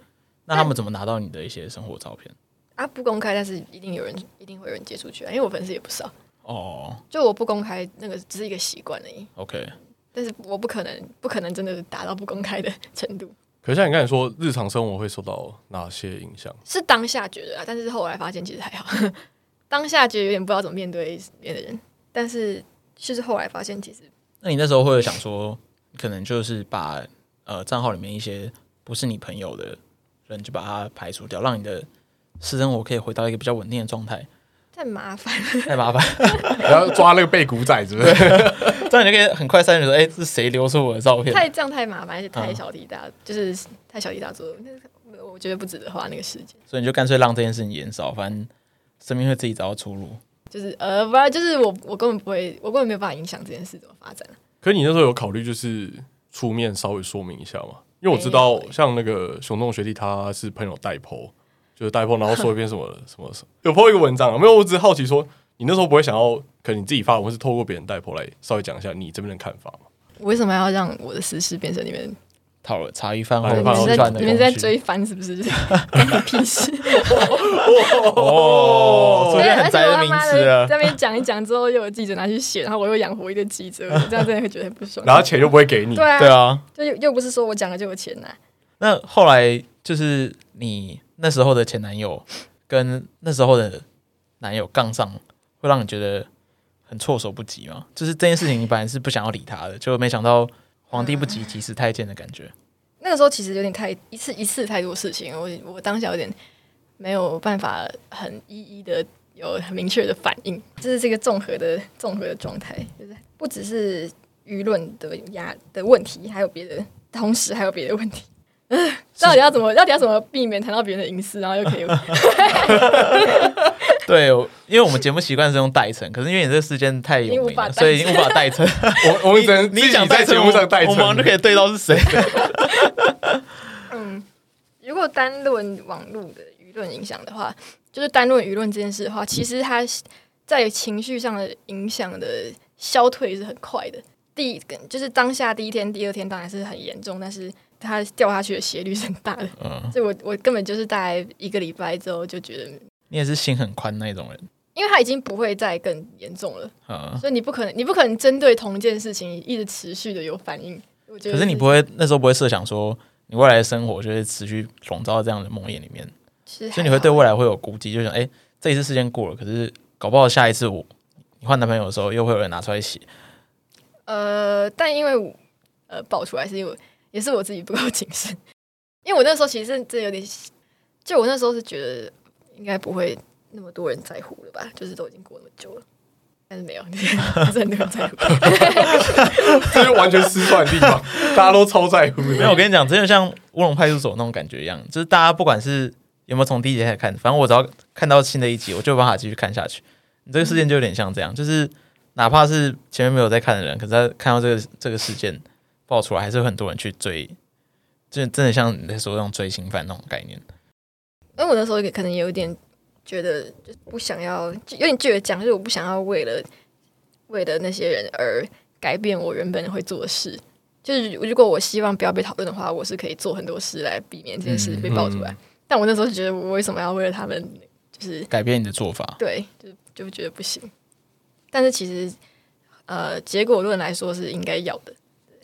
Speaker 1: 那他们怎么拿到你的一些生活照片？
Speaker 2: 啊，不公开，但是一定有人，一定会有人接触去啊，因为我粉丝也不少。
Speaker 1: 哦
Speaker 2: 就我不公开那个只是一个习惯而已，
Speaker 1: ，OK，
Speaker 2: 但是我不可能，不可能真的达到不公开的程度。
Speaker 3: 可是像你刚才说，日常生活会受到哪些影 [laughs] 响？
Speaker 2: 是当下觉得啊，但是后来发现其实还好。 [laughs] 当下觉得有点不知道怎么面对别的人，但是就是后来发现其实
Speaker 1: 那你那时候会有想说，可能就是把呃账号里面一些不是你朋友的人就把它排除掉，让你的私生活可以回到一个比较稳定的状
Speaker 2: [laughs]
Speaker 1: 态，
Speaker 2: 太麻烦。
Speaker 1: 太麻烦，
Speaker 3: 然后抓那个被古仔之类的，
Speaker 1: 这样你就可以很快筛选说，哎、是谁流出我的照片？
Speaker 2: 太这样太麻烦，而且太
Speaker 1: 嗯
Speaker 2: 小题大，就是太小题大做，那个我觉得不值得花那个时间。
Speaker 1: 所以你就干脆让这件事情减少，反正生命会自己找到出路。
Speaker 2: 就是呃，不然就是我我根本不会，我根本没有办法影响这件事怎么发展。啊
Speaker 3: 可你那时候有考虑就是出面稍微说明一下吗？因为我知
Speaker 2: 没
Speaker 3: 道
Speaker 2: 有欸
Speaker 3: 像那个熊洞学弟他是朋友代剖，就是代剖，然后说一篇什么 [laughs] 什么什么，有 po 一个文章啊，没有？我只是好奇说，你那时候不会想要，可能你自己发文或是透过别人代剖来稍微讲一下你这边的看法吗？
Speaker 2: 我为什么要让我的私事变成你们？
Speaker 1: 讨论茶余饭后
Speaker 3: 茶
Speaker 2: 你
Speaker 3: 余
Speaker 2: 们
Speaker 3: 饭
Speaker 1: 吃
Speaker 3: 后
Speaker 2: 是在
Speaker 1: 饭的
Speaker 2: 你们是在
Speaker 1: 东西
Speaker 2: 追番是不 [laughs] 是？干你屁
Speaker 1: [laughs]
Speaker 2: 事！
Speaker 1: 哦，这边很宅的名啊词了。
Speaker 2: 在那边讲一讲之后，又有记者拿去写，然后我又养活一个记者，我这样真的会觉得很不爽。
Speaker 3: 然后钱又不会给你，
Speaker 2: 对啊，
Speaker 1: 对啊，
Speaker 2: 就又又不是说我讲了就有钱拿，
Speaker 1: 那后来就是你那时候的前男友跟那时候的男友杠上，会让你觉得很措手不及吗？就是这件事情，你本来是不想要理他的，就没想到皇帝不急急死太监的感觉。
Speaker 2: 那个时候其实有点太一次一次太多事情，我我当下有点没有办法很一一的有很明确的反应，这是这个综合的综合的状态，就是不只是舆论的压的问题，还有别的，同时还有别的问题。 [laughs] 到底要怎么，到底要怎么避免谈到别人的隐私，然后又可以
Speaker 1: 对，我因为我们节目习惯是用代称，可是因为你这个事件太有
Speaker 2: 已经
Speaker 1: 名
Speaker 2: 无法
Speaker 1: 了，
Speaker 2: 代称
Speaker 1: 所以已经无法代称。
Speaker 3: [laughs] 我我们只能
Speaker 1: 你
Speaker 3: 自己
Speaker 1: 想
Speaker 3: 在节目上代
Speaker 1: 代称，
Speaker 3: 称
Speaker 1: 我，们就可以对到是
Speaker 3: [laughs]
Speaker 1: 谁。
Speaker 2: 嗯，如果单论网络的舆论影响的话，就是单论舆论这件事的话，其实它在情绪上的影响的消退是很快的。第一，就是当下第一天、第二天当然是很严重，但是它掉下去的斜率是很
Speaker 1: [laughs]
Speaker 2: 大的。
Speaker 1: 嗯，
Speaker 2: 所以我我根本就是大概一个礼拜之后就觉得，嗯
Speaker 1: 你也是心很宽那种人。
Speaker 2: 因为它已经不会再更严重了，
Speaker 1: 嗯，
Speaker 2: 所以你不可能，你不可能针对同一件事情一直持续的有反应。我觉得
Speaker 1: 可是你不会那时候不会设想说你未来的生活就会持续笼罩在这样的梦魇里面，
Speaker 2: 是，
Speaker 1: 所以你会对未来会有估计，就想哎、诶这一次事件过了，可是搞不好下一次我你换男朋友的时候又会有人拿出来写。
Speaker 2: 呃，但因为我呃爆出来是因为也是我自己不够谨慎，因为我那时候其实真的有点，就我那时候是觉得应该不会那么多人在乎了吧，就是都已经过那么久了，但是没有，还是很多人在乎。 [laughs]
Speaker 3: [laughs] 这就完全失算的
Speaker 1: [laughs]
Speaker 3: 地方，大家都超在乎
Speaker 1: 没有，我
Speaker 3: 的。
Speaker 1: 跟你讲，真的像乌龙派出所那种感觉一样，就是大家不管是有没有从第一集开始看，反正我只要看到新的一集，我就有办法继续看下去。你这个事件就有点像这样，就是哪怕是前面没有在看的人，可是他看到这个这个事件爆出来，还是有很多人去追，真的真的像你在说那种追星犯那种概念。
Speaker 2: 因为我那时候也可能有点觉得，就是不想要，就有点倔强，就是我不想要为了为了那些人而改变我原本会做的事。就是如果我希望不要被讨论的话，我是可以做很多事来避免这件事被爆出来。
Speaker 3: 嗯
Speaker 2: 但我那时候就觉得，我为什么要为了他们，就是
Speaker 1: 改变你的做法，
Speaker 2: 对，就就觉得不行。但是其实，呃，结果论来说是应该要的，对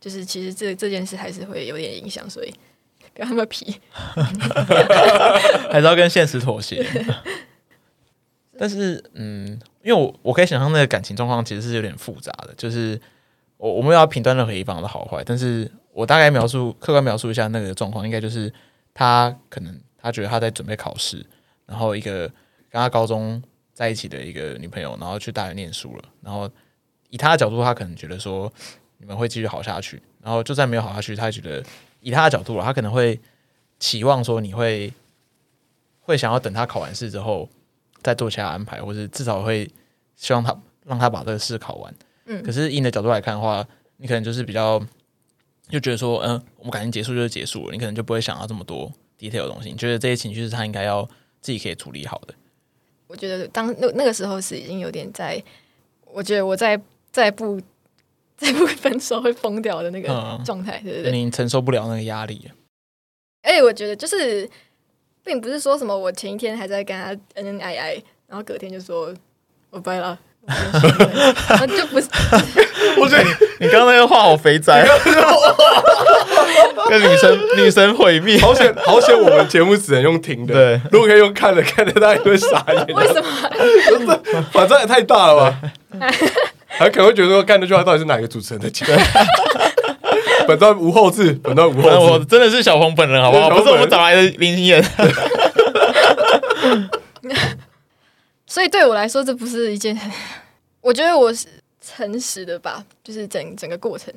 Speaker 2: 就是其实这这件事还是会有点影响，所以不要那么皮。
Speaker 1: 还是要跟现实妥协。但是，嗯，因为我我可以想象那个感情状况其实是有点复杂的，就是我我们要评断任何一方的好坏，但是我大概描述客观描述一下那个状况，应该就是他可能他觉得他在准备考试，然后一个跟他高中在一起的一个女朋友，然后去大学念书了，然后以他的角度，他可能觉得说你们会继续好下去，然后就算没有好下去，他觉得以他的角度啦，他可能会期望说你会会想要等他考完试之后再做其他安排，或是至少会希望他让他把这个试考完。
Speaker 2: 嗯
Speaker 1: 可是以你的角度来看的话，你可能就是比较就觉得说，嗯、我们感情结束就是结束了，你可能就不会想到这么多 detail 的东西，你觉得这些情绪是他应该要自己可以处理好的。
Speaker 2: 我觉得当那那个时候是已经有点在，我觉得我在再不 [laughs] 再不分手会疯掉的那个
Speaker 1: 嗯
Speaker 2: 状态，对不对？
Speaker 1: 你承受不了那个压力，
Speaker 2: 而且我觉得就是，并不是说什么我前一天还在跟他恩恩爱爱，然后隔天就说我掰了，我分手了然后就不是
Speaker 3: 我觉得
Speaker 1: 你刚刚那个话好肥仔， [laughs] 跟女生女生毁灭。
Speaker 3: 好险，好险！我们节目只能用听的，
Speaker 1: 对
Speaker 3: 如果可以用看的，看的大家也会傻眼。
Speaker 2: 为什么？ [laughs]
Speaker 3: 反正也太大了吧？ [laughs] 还可能会觉得说，干那句话到底是哪个主持人在讲？ [laughs] 本段无后置，本段无
Speaker 1: 那
Speaker 3: 后
Speaker 1: 我
Speaker 3: 置。
Speaker 1: 真的是小鹏本人，好不好？
Speaker 3: 对
Speaker 1: 不
Speaker 3: 小鹏
Speaker 1: 是我
Speaker 3: 本人
Speaker 1: 们找来的林心妍。
Speaker 2: 所以对我来说，这不是一件很， [laughs] 我觉得我是诚实的吧，就是整整个过程，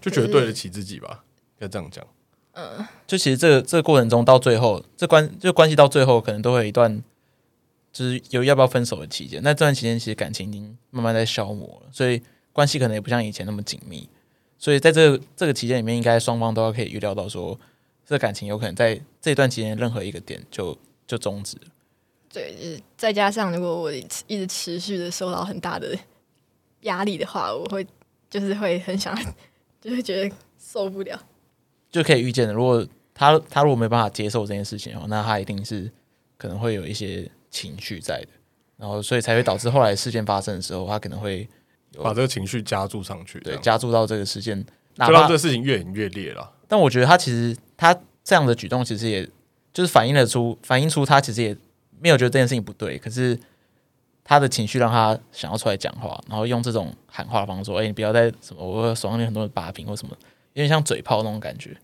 Speaker 3: 就觉得对得起自己吧，要这样讲。
Speaker 2: 嗯，
Speaker 1: 就其实这个这个过程中，到最后这关就关系到最后，可能都会有一段就是有要不要分手的期间。那这段期间，其实感情已经慢慢在消磨了，所以关系可能也不像以前那么紧密。所以在这个这个期间里面，应该双方都要可以预料到说，这感情有可能在这段期间任何一个点就就终止了。
Speaker 2: 对，就是再加上如果我一直一直持续的受到很大的压力的话，我会就是会很想， [laughs] 就会觉得受不了。
Speaker 1: 就可以预见的。如果他他如果没办法接受这件事情哦，那他一定是可能会有一些情绪在的，然后所以才会导致后来事件发生的时候，他可能会有
Speaker 3: 把这个情绪加注上去，这
Speaker 1: 对
Speaker 3: 样
Speaker 1: 加注到这个事件。哪
Speaker 3: 就让
Speaker 1: 怕
Speaker 3: 这个事情越演越烈了。
Speaker 1: 但我觉得他其实他这样的举动其实也就是反映了出反映出他其实也没有觉得这件事情不对，可是他的情绪让他想要出来讲话，然后用这种喊话的方式说：“哎、你不要再什么，我手上有很多的把柄或什么，有点像嘴炮那种感觉。”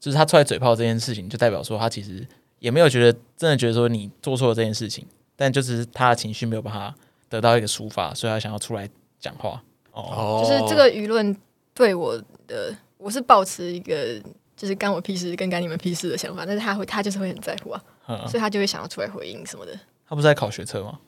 Speaker 1: 就是他出来嘴炮这件事情，就代表说他其实也没有觉得真的觉得说你做错了这件事情，但就只是他的情绪没有办法得到一个抒发，所以他想要出来讲话。哦，
Speaker 3: 哦
Speaker 2: 就是这个舆论对我的，我是保持一个就是干我屁事跟干你们屁事的想法，但是他会他就是会很在乎啊，
Speaker 1: 嗯
Speaker 2: 所以他就会想要出来回应什么的。
Speaker 1: 他不是在考学测吗？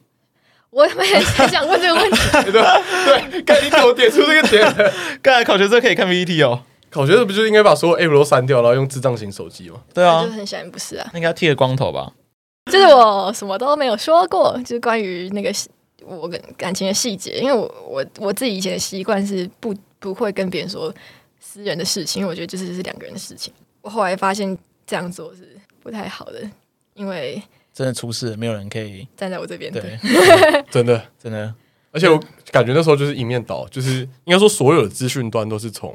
Speaker 2: 我也很想问这个问题，
Speaker 3: [laughs] 对，干你给我点出这个点 [laughs] 了。
Speaker 1: 刚才考学测可以看 PPT 哦。
Speaker 3: 考学是不是就应该把所有 app 都删掉，然后用智障型手机嘛？
Speaker 1: 对啊
Speaker 2: 就，很显然不是啊。
Speaker 1: 那应该剃个光头吧？
Speaker 2: [laughs] 就是我什么都没有说过，就是关于那个细我跟感情的细节，因为我我我自己以前的习惯是不不会跟别人说私人的事情，因为我觉得这只是两个人的事情。我后来发现这样做是不太好的，因为
Speaker 1: 真的出事了，没有人可以
Speaker 2: 站在我这边，
Speaker 1: 对， [laughs]
Speaker 3: 真的，
Speaker 1: 真的
Speaker 3: 而且我感觉那时候就是一面倒，就是应该说所有的资讯端都是从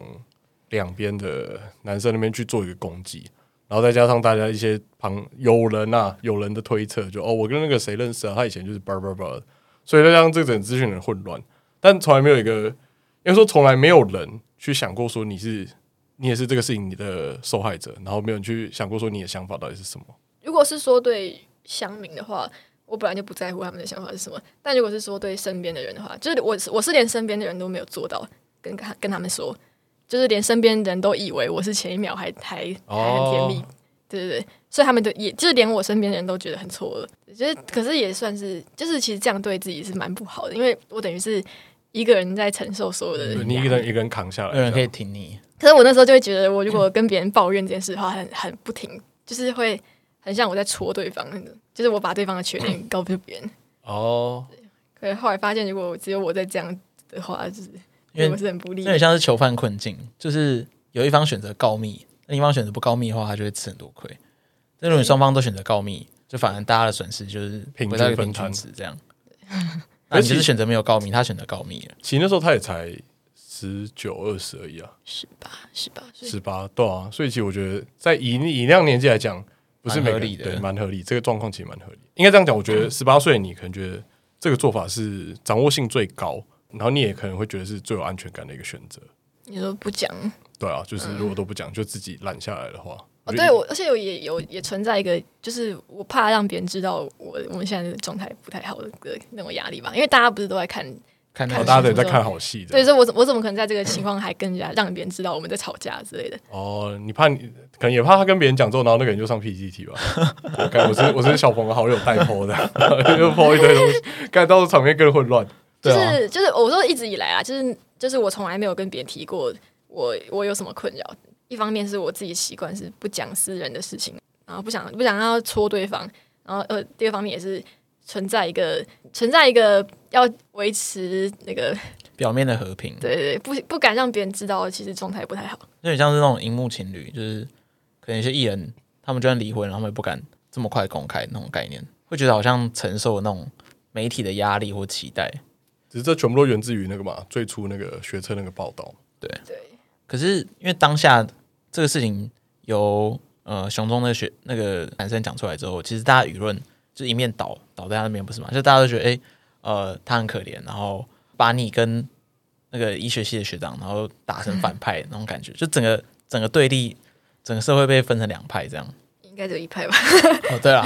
Speaker 3: 两边的男生那边去做一个攻击，然后再加上大家一些旁有人啊有人的推测，就哦我跟那个谁认识啊，他以前就是叭叭叭的，所以再加上这整个资讯很混乱，但从来没有一个应该说从来没有人去想过说你是你也是这个事情的受害者，然后没有人去想过说你的想法到底是什么。
Speaker 2: 如果是说对乡民的话，我本来就不在乎他们的想法是什么。但如果是说对身边的人的话，就是我是我是连身边的人都没有做到跟他跟他们说，就是连身边的人都以为我是前一秒还还还很甜蜜，
Speaker 3: 哦
Speaker 2: 对对对，所以他们都也就是连我身边的人都觉得很错愕。就是可是也算是就是其实这样对自己是蛮不好的，因为我等于是一个人在承受所有的
Speaker 3: 对
Speaker 2: 人
Speaker 3: 你一个人一个人扛下来，
Speaker 1: 没有人可
Speaker 3: 这
Speaker 1: 以
Speaker 3: 样
Speaker 1: 挺你。
Speaker 2: 可是我那时候就会觉得，我如果跟别人抱怨这件事的话，很很不停，就是会很像我在戳对方那种，就是我把对方的缺点告诉别人。
Speaker 3: 哦，
Speaker 2: [laughs] 可是后来发现，如果只有我在这样的话，就是
Speaker 1: 因为
Speaker 2: 我是很不利
Speaker 1: 这有。点像是囚犯困境，就是有一方选择告密，另一方选择不告密的话，他就会吃很多亏。但如果你双方都选择告密，就反而大家的损失就是
Speaker 3: 平均
Speaker 1: 回到一个
Speaker 3: 分
Speaker 1: 平均
Speaker 3: 摊
Speaker 1: 值这样。那你就是选择没有告密，他选择告密了。
Speaker 3: 其实那时候他也才十九二十而已啊。
Speaker 2: 十八，十八岁，
Speaker 3: 十八，对啊，所以其实我觉得在以以那样年纪来讲，不是
Speaker 1: 蛮
Speaker 3: 每
Speaker 1: 合
Speaker 3: 个
Speaker 1: 理
Speaker 3: 人
Speaker 1: 的
Speaker 3: 对，蛮合理。这个状况其实蛮合理。应该这样讲，我
Speaker 1: [laughs]
Speaker 3: 觉得十八岁你可能觉得这个做法是掌握性最高，然后你也可能会觉得是最有安全感的一个选择。
Speaker 2: 你说不讲
Speaker 3: 对啊，就是如果都不讲，就自己懒下来的话，
Speaker 2: 嗯哦？
Speaker 3: 觉得
Speaker 2: 对，我而且有也有也存在一个，就是我怕让别人知道我我们现在的状态不太好的那种压力吧，因为大家不是都在看，
Speaker 1: 看
Speaker 2: 看
Speaker 1: 他的
Speaker 3: 哦大家
Speaker 1: 心情
Speaker 3: 都在看好戏
Speaker 2: 所以
Speaker 3: 的。
Speaker 2: 说我怎我怎么可能在这个情况还跟人家让别人知道我们在吵架之类的？
Speaker 3: 哦，你怕你可能也怕他跟别人讲之后，然后那个人就上 PPT
Speaker 1: [laughs]
Speaker 3: 吧。我看我是我是小鹏的好友代 PO 的， [laughs] 又 PO 一堆东西，干到时候场面更混乱。
Speaker 2: 就
Speaker 1: 对
Speaker 2: 是、
Speaker 1: 啊
Speaker 2: 就是，我说一直以来啊，就是就是我从来没有跟别人提过我我有什么困扰。一方面是我自己习惯是不讲私人的事情，然后不想不想要戳对方，然后呃，第二方面也是存在一个存在一个要维持那个
Speaker 1: 表面的和平，
Speaker 2: 对对对，不不敢让别人知道其实状态不太好。
Speaker 1: 有点像是那种荧幕情侣，就是可能有些艺人他们就算离婚，然后他们也不敢这么快公开那种概念，会觉得好像承受了那种媒体的压力或期待。
Speaker 3: 只是这全部都源自于那个嘛，最初那个学车那个报道。
Speaker 2: 对，
Speaker 1: 可是因为当下这个事情由呃熊中的学那个男生讲出来之后，其实大家舆论就是一面倒倒在他那边，不是嘛？就大家都觉得，哎、呃，他很可怜，然后把你跟那个医学系的学长，然后打成反派那种感觉，就整个整个对立，整个社会被分成两派这样。
Speaker 2: 应该只有一派吧。
Speaker 1: 哦，对啊，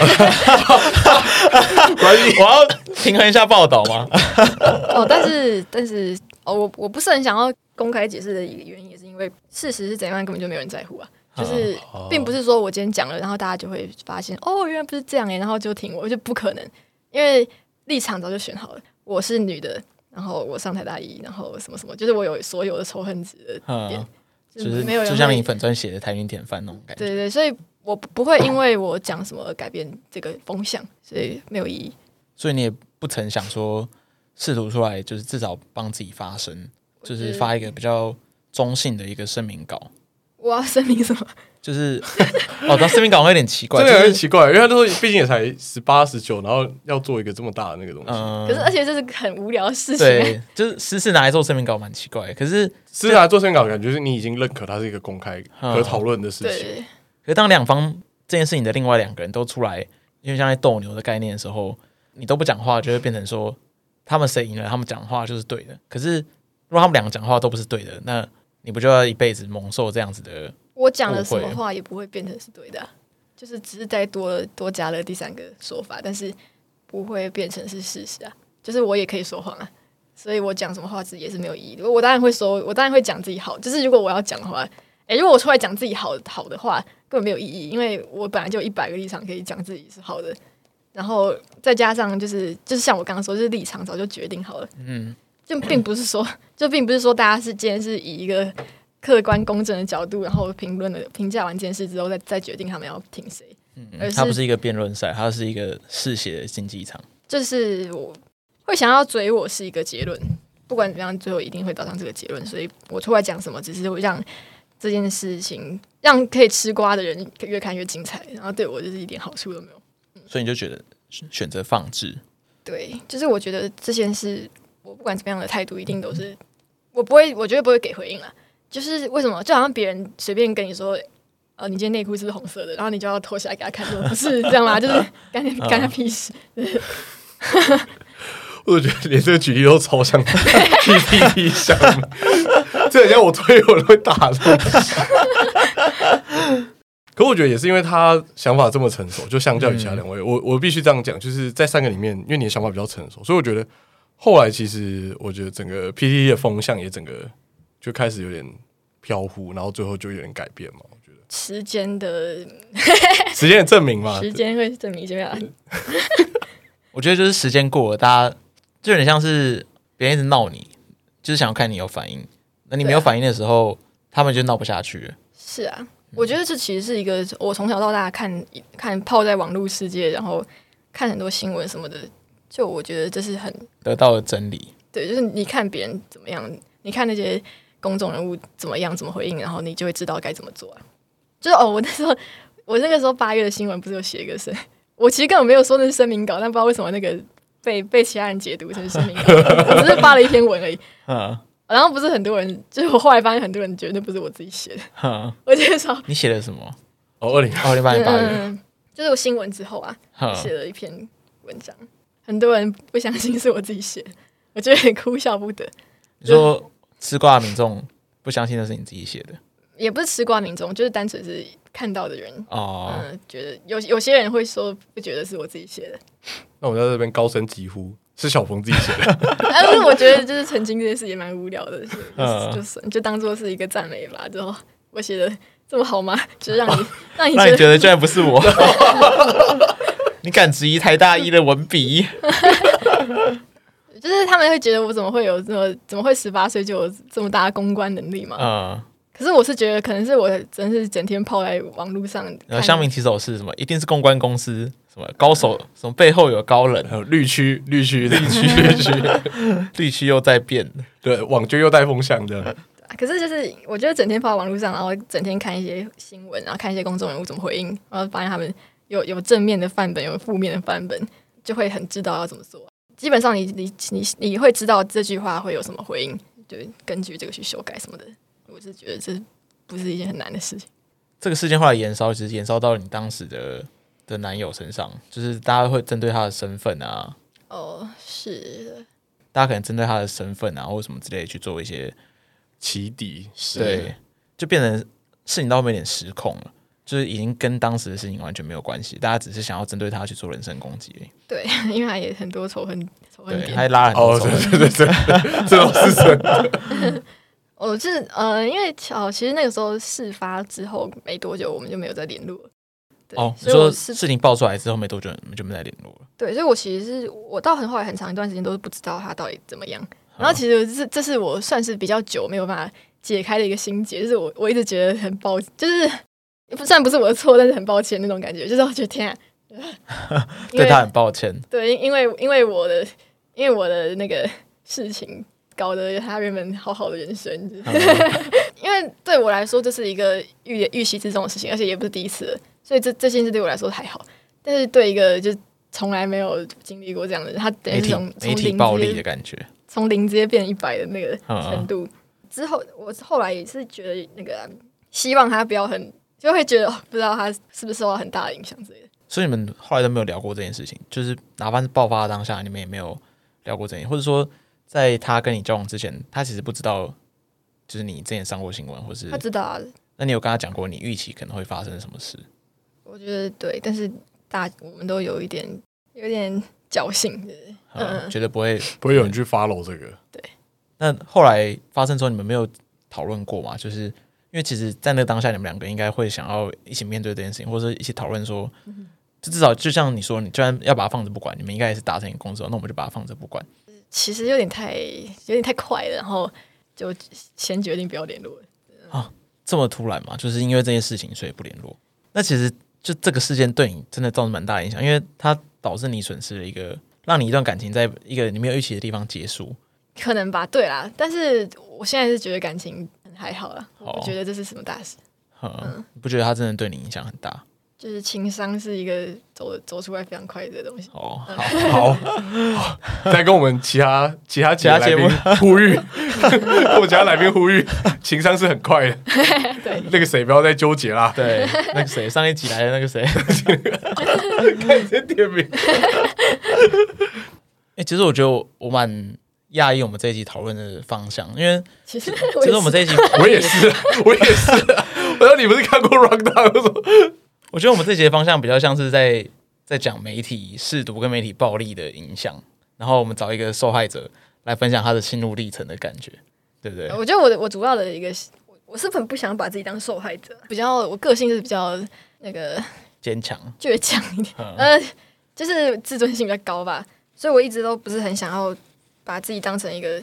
Speaker 3: 关于
Speaker 1: 我要平衡一下报道 [laughs] 嘛。
Speaker 2: [laughs] 哦，但是但是哦，我我不是很想要公开解释的一个原因，也是因为事实是怎样，根本就没有人在乎啊。就是
Speaker 3: 哦
Speaker 2: 并不是说我今天讲了，然后大家就会发现哦，原来不是这样耶，然后就挺我，就不可能，因为立场早就选好了，我是女的，然后我上台大一，然后什么什么，就是我有所有的仇恨值的点
Speaker 1: 嗯，，
Speaker 2: 就
Speaker 1: 就是
Speaker 2: 没有人
Speaker 1: 就像
Speaker 2: 会
Speaker 1: 你粉专写的台云典范那种感
Speaker 2: 对
Speaker 1: 觉。
Speaker 2: 对，所以我不不会因为我讲什么而改变这个风向，所以没有意义。
Speaker 1: 所以你也不曾想说试图出来，就是至少帮自己发声，就是发一个比较中性的一个声明稿。
Speaker 2: 我要声明什么？
Speaker 1: 就是
Speaker 2: [laughs]
Speaker 1: 哦，但声明稿会有点奇怪，
Speaker 3: 这
Speaker 1: 就
Speaker 3: 个有点
Speaker 1: 是
Speaker 3: 奇怪，因为他都毕竟也才十八十九，然后要做一个这么大的那个东西，
Speaker 1: 嗯
Speaker 2: 可是，而且这是很无聊的事情。啊 [laughs]
Speaker 1: 对，就是私事拿来做声明稿蛮奇怪的。可是，可
Speaker 3: 私下做宣稿，感觉是你已经认可它是一个公开
Speaker 1: 嗯
Speaker 3: 可讨论的事情。
Speaker 2: 对，
Speaker 1: 是当两方这件事情的另外两个人都出来，因为像在斗牛的概念的时候，你都不讲话，就会变成说他们谁赢了，他们讲话就是对的。可是，如果他们两个讲话都不是对的，那你不就要一辈子蒙受这样子的？
Speaker 2: 我讲了什
Speaker 1: 误
Speaker 2: 么
Speaker 1: 会
Speaker 2: 话也不会变成是对的啊、就是只是再多了多加了第三个说法，但是不会变成是事实啊。就是我也可以说谎啊，所以我讲什么话自己也是没有意义的。我当然会说，我当然会讲自己好。就是如果我要讲的话，诶、如果我出来讲自己好好的话，根本没有意义，因为我本来就有一百个立场可以讲自己是好的。然后再加上就是就是像我刚刚说，就是立场早就决定好了，
Speaker 1: 嗯，
Speaker 2: 就并不是说 [coughs] 就并不是说大家是今天是以一个客观公正的角度，然后评论了评价完这件事之后再，再决定他们要听谁。而
Speaker 1: 嗯
Speaker 2: 是
Speaker 1: 它不是一个辩论赛，它是一个嗜血的竞技场。
Speaker 2: 就是我会想要追我是一个结论，不管怎么样，最后一定会导向这个结论。所以我出来讲什么，只是会让这件事情让可以吃瓜的人越看越精彩，然后对我就是一点好处都没有。
Speaker 1: 所以你就觉得选择放置，
Speaker 2: 对，就是我觉得这件事，我不管怎么样的态度，一定都是我不会，我绝对不会给回应啦。就是为什么，就好像别人随便跟你说，呃，你今天内裤是不是红色的，然后你就要脱下来给他看，说不是这样吗？就是干干他屁事。
Speaker 3: 我觉得连这个举例都超像 PPT 像， [laughs] 这很像我推我都会打的东西。可我觉得也是因为他想法这么成熟，就相较于其他两位，
Speaker 2: 嗯
Speaker 3: 我我必须这样讲，就是在三个里面，因为你的想法比较成熟，所以我觉得后来其实我觉得整个 PPT 的风向也整个就开始有点飘忽，然后最后就有点改变嘛。我觉得
Speaker 2: 时间的
Speaker 3: 时间也证明嘛，
Speaker 2: 时间会证明这样，
Speaker 1: 我觉得就是时间过了，大家就有点像是别人一直闹你，就是想要看你有反应。那你没有
Speaker 2: 对啊
Speaker 1: 反应的时候，他们就闹不下去了。
Speaker 2: 是啊，我觉得这其实是一个我从小到大看看泡在网络世界，然后看很多新闻什么的，就我觉得这是很
Speaker 1: 得到了真
Speaker 2: [laughs]
Speaker 1: 理，
Speaker 2: 对，就是你看别人怎么样，你看那些公众人物怎么样，怎么回应，然后你就会知道该怎么做、啊。就是哦，我那时候我那个时候八月的新闻不是有写一个是，我其实根本没有说那是声明稿，但不知道为什么那个被被其他人解读成声明稿，我只是发了一篇文而已。
Speaker 1: 嗯
Speaker 2: 然后不是很多人，就是我后来发现很多人觉得那不是我自己写的，
Speaker 1: 哼，
Speaker 2: 我觉得超
Speaker 1: 你写了什么？
Speaker 3: 哦，二零
Speaker 1: 二零八零八月，
Speaker 2: 嗯，就是我新闻之后啊，写
Speaker 1: 哼，
Speaker 2: 了一篇文章，很多人不相信是我自己写的，我觉得哭笑不得。
Speaker 1: 你说吃瓜的民众不相信那是你自己写的
Speaker 2: 也不是吃瓜民众，就是单纯是看到的人，嗯、
Speaker 1: 哦，
Speaker 2: 觉得有有些人会说不觉得是我自己写的，
Speaker 3: 那我在这边高声疾呼，是小冯自己写的，
Speaker 2: 但是我觉得就是曾经这件事也蛮无聊的，所以
Speaker 1: 嗯
Speaker 2: 就就算就当做是一个赞美吧。之后我写的这么好吗？就是让你 [laughs] 让你
Speaker 1: 那
Speaker 2: 觉
Speaker 1: 哦你觉
Speaker 2: 得
Speaker 1: 得居然不是我？ [laughs] 你敢质疑台大一的文笔？
Speaker 2: 就是他们会觉得我怎么会有这么怎么会十八岁就有这么大的公关能力嘛？
Speaker 1: 嗯，
Speaker 2: 可是我是觉得可能是我真是整天泡在网络上看，
Speaker 1: 然后乡民提手是什么？一定是公关公司什么高手，什么背后有高人，
Speaker 3: 还有绿区、绿区、绿区、绿区。
Speaker 1: 地区又在变。
Speaker 3: 对，网军又带风向的，
Speaker 2: 可是就是啊我觉得整天泡在网络上，然后整天看一些新闻，然后看一些公众人物怎么回应，然后发现他们有有正面的范本，有负面的范本，就会很知道要怎么做。基本上你你你你会知道这句话会有什么回应，就根据这个去修改什么的。我是觉得这不是一件很难的事情。
Speaker 1: 这个事件后来延烧，其实延烧到你当时的的男友身上，就是大家会针对他的身份啊，
Speaker 2: 哦，是
Speaker 1: 大家可能针对他的身份啊，或什么之类去做一些
Speaker 3: 起底是
Speaker 1: 对，就变成事情到后面有点失控了，就是已经跟当时的事情完全没有关系，大家只是想要针对他去做人身攻击而已，
Speaker 2: 对， [laughs] 因为他也很多仇恨仇恨
Speaker 1: 对，
Speaker 2: 点
Speaker 1: 他。还拉了很多
Speaker 3: 哦，
Speaker 1: 仇恨
Speaker 3: 对对对对， [laughs] 这倒是真的。
Speaker 2: 我是呃，因为哦，其实那个时候事发之后没多久，我们就没有再联络了。对
Speaker 1: 哦，你
Speaker 2: 所以
Speaker 1: 说
Speaker 2: 我是
Speaker 1: 事情爆出来之后没多久，你们就没再联络了。
Speaker 2: 对，所以我其实是我到很后来很长一段时间都是不知道他到底怎么样。
Speaker 1: 啊
Speaker 2: 然后其实这这是我算是比较久没有办法解开的一个心结，就是我我一直觉得很抱，就是不虽然不是我的错，但是很抱歉那种感觉，就是我觉得天啊，
Speaker 1: [laughs]
Speaker 2: 因
Speaker 1: 对
Speaker 2: 为
Speaker 1: 他很抱歉，
Speaker 2: 对，因因为因为我的因为我的那个事情搞得他原本好好的人生，
Speaker 1: 嗯
Speaker 2: [laughs] 因为对我来说这是一个预预期之中的事情，而且也不是第一次了，所以这这件事对我来说还好，但是对一个就从来没有经历过这样的人，他等
Speaker 1: 媒
Speaker 2: 于
Speaker 1: 体
Speaker 2: 从从
Speaker 1: 媒
Speaker 2: 零
Speaker 1: 体暴
Speaker 2: 直接
Speaker 1: 力的嗯感觉，
Speaker 2: 从零直接变一百的那个程度。之后我后来也是觉得那个啊、希望他不要很，就会觉得哦不知道他是不是受到很大的影响之类的。
Speaker 1: 所以你们后来都没有聊过这件事情，就是哪怕是爆发的当下，你们也没有聊过这件，或者说在他跟你交往之前，他其实不知道，就是你之前上过新闻，或是
Speaker 2: 他知道、啊，
Speaker 1: 那你有跟他讲过你预期可能会发生什么事？
Speaker 2: 我觉得对，但是大我们都有一点有点侥幸的。
Speaker 1: 嗯，
Speaker 2: 嗯
Speaker 1: 觉得不会。
Speaker 3: 不会有人去 follow 这个，
Speaker 1: 那后来发生之后，你们没有讨论过吗？就是因为其实，在那个当下，你们两个应该会想要一起面对这件事情，或者是一起讨论说，就至少就像你说，你居然要把它放着不管，你们应该也是达成一个共识，那我们就把它放着不管。
Speaker 2: 其实有点太有点太快了，然后就先决定不要联络了。
Speaker 1: 这么突然嘛，就是因为这件事情，所以不联络。那其实就这个事件对你真的造成蛮大的影响，因为它导致你损失了一个，让你一段感情在一个你没有预期的地方结束。
Speaker 2: 可能吧，对啦，但是我现在是觉得感情还好啦，我
Speaker 1: 好
Speaker 2: 不觉得这是什么大事，
Speaker 1: 嗯，你不觉得它真的对你影响很大？
Speaker 2: 就是情商是一个走走出来非常快的东西。
Speaker 1: 哦，好，
Speaker 3: 好，再跟我们其他其他
Speaker 1: 其他节目
Speaker 3: 来宾呼吁， [laughs] 跟我其他来宾呼吁，情商是很快的。
Speaker 2: 对，
Speaker 3: 那个谁不要再纠结啦，
Speaker 1: 对， [laughs] 那个谁，上一集来的那个谁，
Speaker 3: 看这点名。
Speaker 1: 哎、其实我觉得我我蛮讶异我们这一集讨论的方向，因为
Speaker 2: 其实
Speaker 1: 其实我
Speaker 2: 也
Speaker 1: 们
Speaker 2: 是
Speaker 1: 这一集，
Speaker 3: 我
Speaker 1: [laughs]
Speaker 3: 也是，我也是。我说你不是看过《Rock Down》说
Speaker 1: 我觉得我们这集的方向比较像是在在讲媒体试毒跟媒体暴力的影响，然后我们找一个受害者来分享他的心路历程的感觉，对不对？
Speaker 2: 我觉得我的我主要的一个，我我是很不想把自己当受害者，比较我个性是比较那个
Speaker 1: 坚强，
Speaker 2: 倔强一点，
Speaker 1: 嗯
Speaker 2: 呃，就是自尊心比较高吧，所以我一直都不是很想要把自己当成一个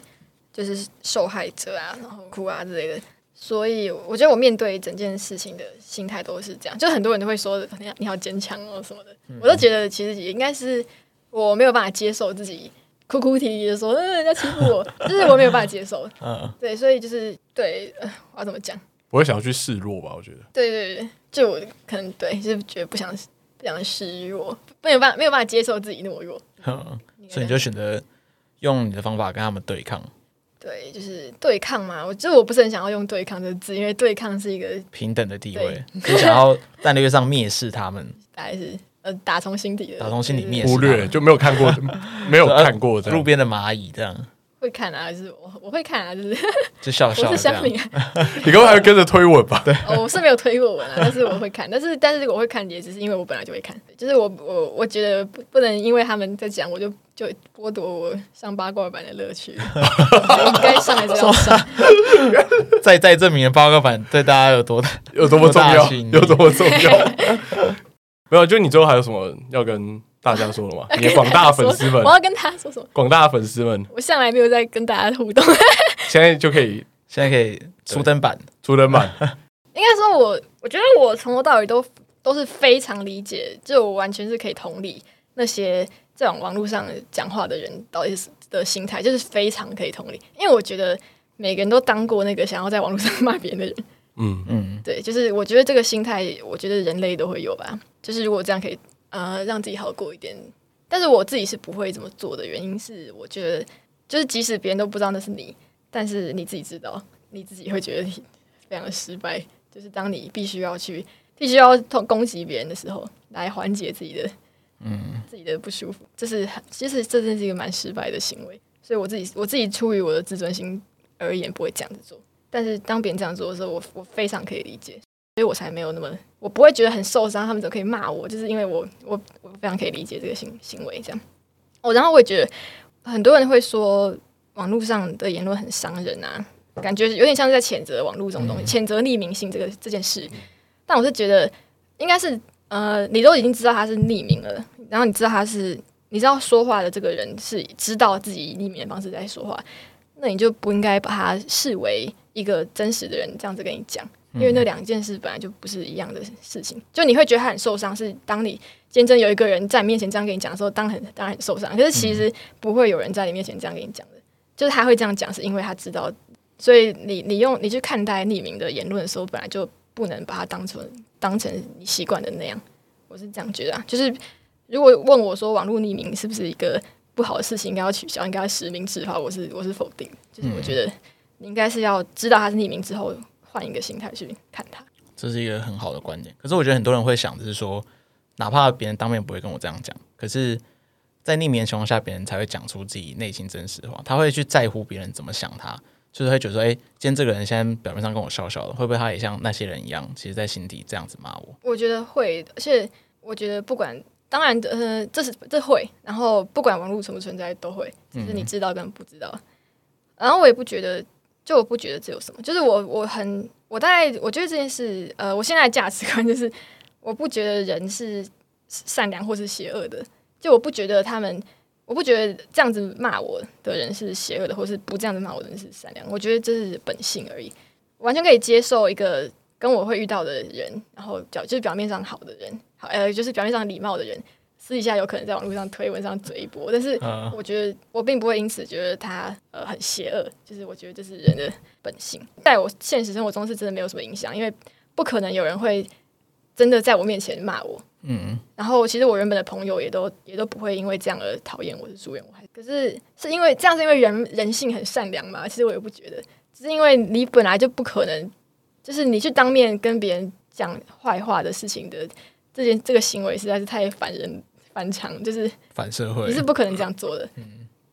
Speaker 2: 就是受害者啊，然后哭啊之类的。所以我觉得我面对整件事情的心态都是这样，就很多人都会说你要你好坚强哦什么的，
Speaker 1: 嗯
Speaker 2: 我都觉得其实也应该是我没有办法接受自己哭哭啼啼的说，嗯，人家欺负我， [laughs] 就是我没有办法接受，
Speaker 1: 嗯，
Speaker 2: 对，所以就是对，呃、我要怎么讲？
Speaker 3: 我会想要去示弱吧，我觉得。
Speaker 2: 对对对，就我可能对，就是觉得不想不想示弱，没有办法没有办法接受自己懦弱，
Speaker 1: 嗯所以你就选择用你的方法跟他们对抗，
Speaker 2: 对，就是对抗嘛。我就是我不是很想要用对抗这个字，因为对抗是一个
Speaker 1: 平等的地位，你想要战略上蔑视他
Speaker 3: [laughs]
Speaker 1: 们，
Speaker 2: 大概是呃打从心底的，
Speaker 1: 打从心里
Speaker 2: 就是
Speaker 1: 蔑视
Speaker 3: 忽
Speaker 1: 他
Speaker 3: 略
Speaker 1: 们
Speaker 3: 就没有看过，
Speaker 1: [laughs]
Speaker 3: 没有看过这
Speaker 1: 啊路
Speaker 3: 样。
Speaker 1: 边的蚂蚁这样，
Speaker 2: 会看啊，就是我我会看啊，就是
Speaker 1: 就笑
Speaker 2: 我
Speaker 1: 笑
Speaker 2: 是
Speaker 1: 这
Speaker 2: 乡
Speaker 1: 样。
Speaker 2: 民啊、
Speaker 3: 你刚刚还跟着推我吧？对，
Speaker 2: 哦，我是没有推过文啊，但是我会看，但是但是我会看也只是因为我本来就会看，就是我我我觉得不不能因为他们在讲，我就就剥夺我上八卦版的
Speaker 1: [laughs]
Speaker 2: 乐趣，该上还是要上。
Speaker 1: 再再证明了报告版对大家有多大？
Speaker 3: 有多么
Speaker 1: 多
Speaker 3: 重
Speaker 1: 大
Speaker 3: 要？
Speaker 1: 吸引力
Speaker 3: 有多么重要？没有，就你最后还有什么要跟大家说的吗？你的广大粉丝们
Speaker 2: 我，要跟他说什么？
Speaker 3: 广大粉丝们，
Speaker 2: 我向来没有在跟大家互动， [laughs]
Speaker 3: 现在就可以
Speaker 1: 现在可以出登版，
Speaker 3: 出人满。
Speaker 2: 应该说我，我觉得我从头到尾都都是非常理解，就我完全是可以同理那些在网网络上讲话的人到底是的心态，就是非常可以同理，因为我觉得每个人都当过那个想要在网络上骂别人的人，
Speaker 3: 嗯，
Speaker 1: 嗯，
Speaker 2: 对，就是我觉得这个心态，我觉得人类都会有吧，就是如果这样可以呃让自己好过一点，但是我自己是不会这么做的原因是，我觉得就是即使别人都不知道那是你，但是你自己知道，你自己会觉得你非常的失败，就是当你必须要去必须要痛攻击别人的时候，来缓解自己的嗯自己的不舒服，这是很其实这真是一个蛮失败的行为。所以我自己我自己出于我的自尊心而言，不会这样子做。但是当别人这样做的时候，我我非常可以理解，所以我才没有那么我不会觉得很受伤。他们怎么可以骂我？就是因为我我我非常可以理解这个行行为这样。哦，然后我也觉得很多人会说网络上的言论很伤人啊，感觉有点像是在谴责网络这种东西，谴责匿名性这个这件事。但我是觉得应该是呃，你都已经知道他是匿名了，然后你知道他是你知道说话的这个人是知道自己以匿名的方式在说话，那你就不应该把他视为一个真实的人这样子跟你讲。因为那两件事本来就不是一样的事情，就你会觉得他很受伤，是当你今天真有一个人在你面前这样跟你讲的时候，当然很当然很受伤。可是其实不会有人在你面前这样跟你讲的，就是他会这样讲，是因为他知道。所以你你用你去看待匿名的言论的时候，本来就不能把它当成当成你习惯的那样。我是这样觉得啊，就是如果问我说网络匿名是不是一个不好的事情，应该要取消，应该要实名制的话，我是我是否定的。就是我觉得你应该是要知道他是匿名之后，换一个心态去看他。
Speaker 1: 这是一个很好的观点。可是我觉得很多人会想，就是说，哪怕别人当面不会跟我这样讲，可是，在匿名的情况下，别人才会讲出自己内心真实的话。他会去在乎别人怎么想他，就是会觉得说，哎、今天这个人现在表面上跟我笑笑的，会不会他也像那些人一样，其实在心底这样子骂我？
Speaker 2: 我觉得会，而且我觉得不管，当然，呃，这是这会，然后不管网络存不存在都会，只是你知道跟不知道。然后我也不觉得，就我不觉得这有什么，就是我我很我大概我觉得这件事，呃，我现在的价值观就是，我不觉得人是善良或是邪恶的，就我不觉得他们。我不觉得这样子骂我的人是邪恶的，或是不这样子骂我的人是善良。我觉得这是本性而已，完全可以接受一个跟我会遇到的人，然后表就是表面上好的人，好呃就是表面上礼貌的人，私底下有可能在网络上推文上嘴一波，但是
Speaker 1: 嗯
Speaker 2: 我觉得我并不会因此觉得他呃很邪恶，就是我觉得这是人的本性，在我现实生活中是真的没有什么影响，因为不可能有人会真的在我面前骂我，
Speaker 1: 嗯，
Speaker 2: 然后其实我原本的朋友也都也都不会因为这样而讨厌我是疏远我，还可是是因为这样是因为人人性很善良嘛？其实我也不觉得，只是因为你本来就不可能，就是你去当面跟别人讲坏话的事情的这件这个行为实在是太反人反常，就是
Speaker 1: 反社会
Speaker 2: 你是不可能这样做的。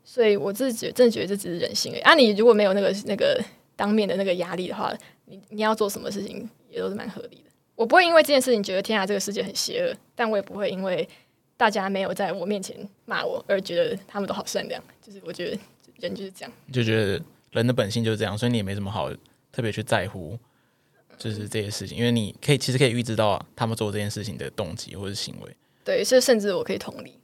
Speaker 2: 所以我自己觉真的觉得这只是人性而已。啊，你如果没有那个那个当面的那个压力的话，你你要做什么事情也都是蛮合理的。我不会因为这件事情觉得天啊这个世界很邪恶，但我也不会因为大家没有在我面前骂我而觉得他们都好善良。就是我觉得人就是这样。
Speaker 1: 就觉得人的本性就是这样，所以你也没什么好特别去在乎，就是这些事情，因为你可以其实可以预知到他们做这件事情的动机或是行为。
Speaker 2: 对，所以甚至我可以同理。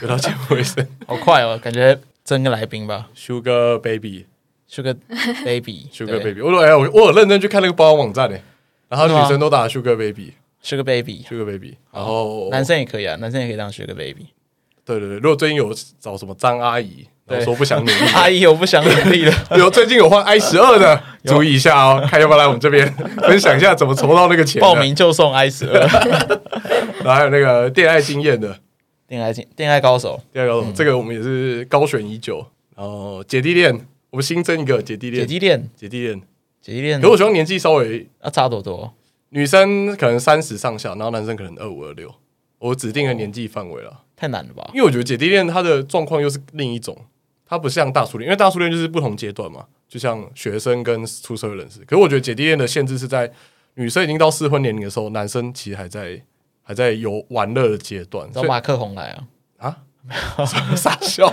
Speaker 3: 有到节目尾声
Speaker 1: 好快哦，感觉真个来宾吧
Speaker 3: ，Sugar Baby，Sugar
Speaker 1: ，Sugar
Speaker 3: [laughs]
Speaker 1: Baby，Sugar
Speaker 3: Baby，我哎，我我有认真去看那个包养网站呢，欸然后
Speaker 1: 是吗
Speaker 3: 女生都打 Sugar Baby，Sugar
Speaker 1: Sugar Baby，
Speaker 3: Baby，然后
Speaker 1: 男生也可以啊，男生也可以当 Sugar
Speaker 3: [laughs]
Speaker 1: Baby。
Speaker 3: 对对对，如果最近有找什么张阿姨，然
Speaker 1: 对
Speaker 3: 后说不想努力，
Speaker 1: 阿姨，我不想努力了。
Speaker 3: 有最近有换 i 十二的，注意一下哦，看要不要来我们这边分享一下怎么筹到那个钱的
Speaker 1: 报，名就送呃 I 十
Speaker 3: [laughs]
Speaker 1: 二
Speaker 3: 然后还有那个恋爱经验的，
Speaker 1: 恋爱经恋爱高手
Speaker 3: 第二个这个我们也是高选已久，然后姐弟恋，我们新增一个姐弟
Speaker 1: 姐
Speaker 3: 恋，
Speaker 1: 弟恋
Speaker 3: 姐弟恋，
Speaker 1: 姐弟恋
Speaker 3: 可，我希望年纪稍微
Speaker 1: 要差多多。
Speaker 3: 女生可能三十上下，然后男生可能二五二六，我指定的年纪范围了。
Speaker 1: 太难了吧？
Speaker 3: 因为我觉得姐弟恋它的状况又是另一种，它不像大叔恋，因为大叔恋就是不同阶段嘛，就像学生跟出社会人士。可是我觉得姐弟恋的限制是在女生已经到适婚年龄的时候，男生其实还在还在有玩乐的阶段，
Speaker 1: 找
Speaker 3: 所以
Speaker 1: 马克宏来啊，
Speaker 3: [laughs] 傻笑。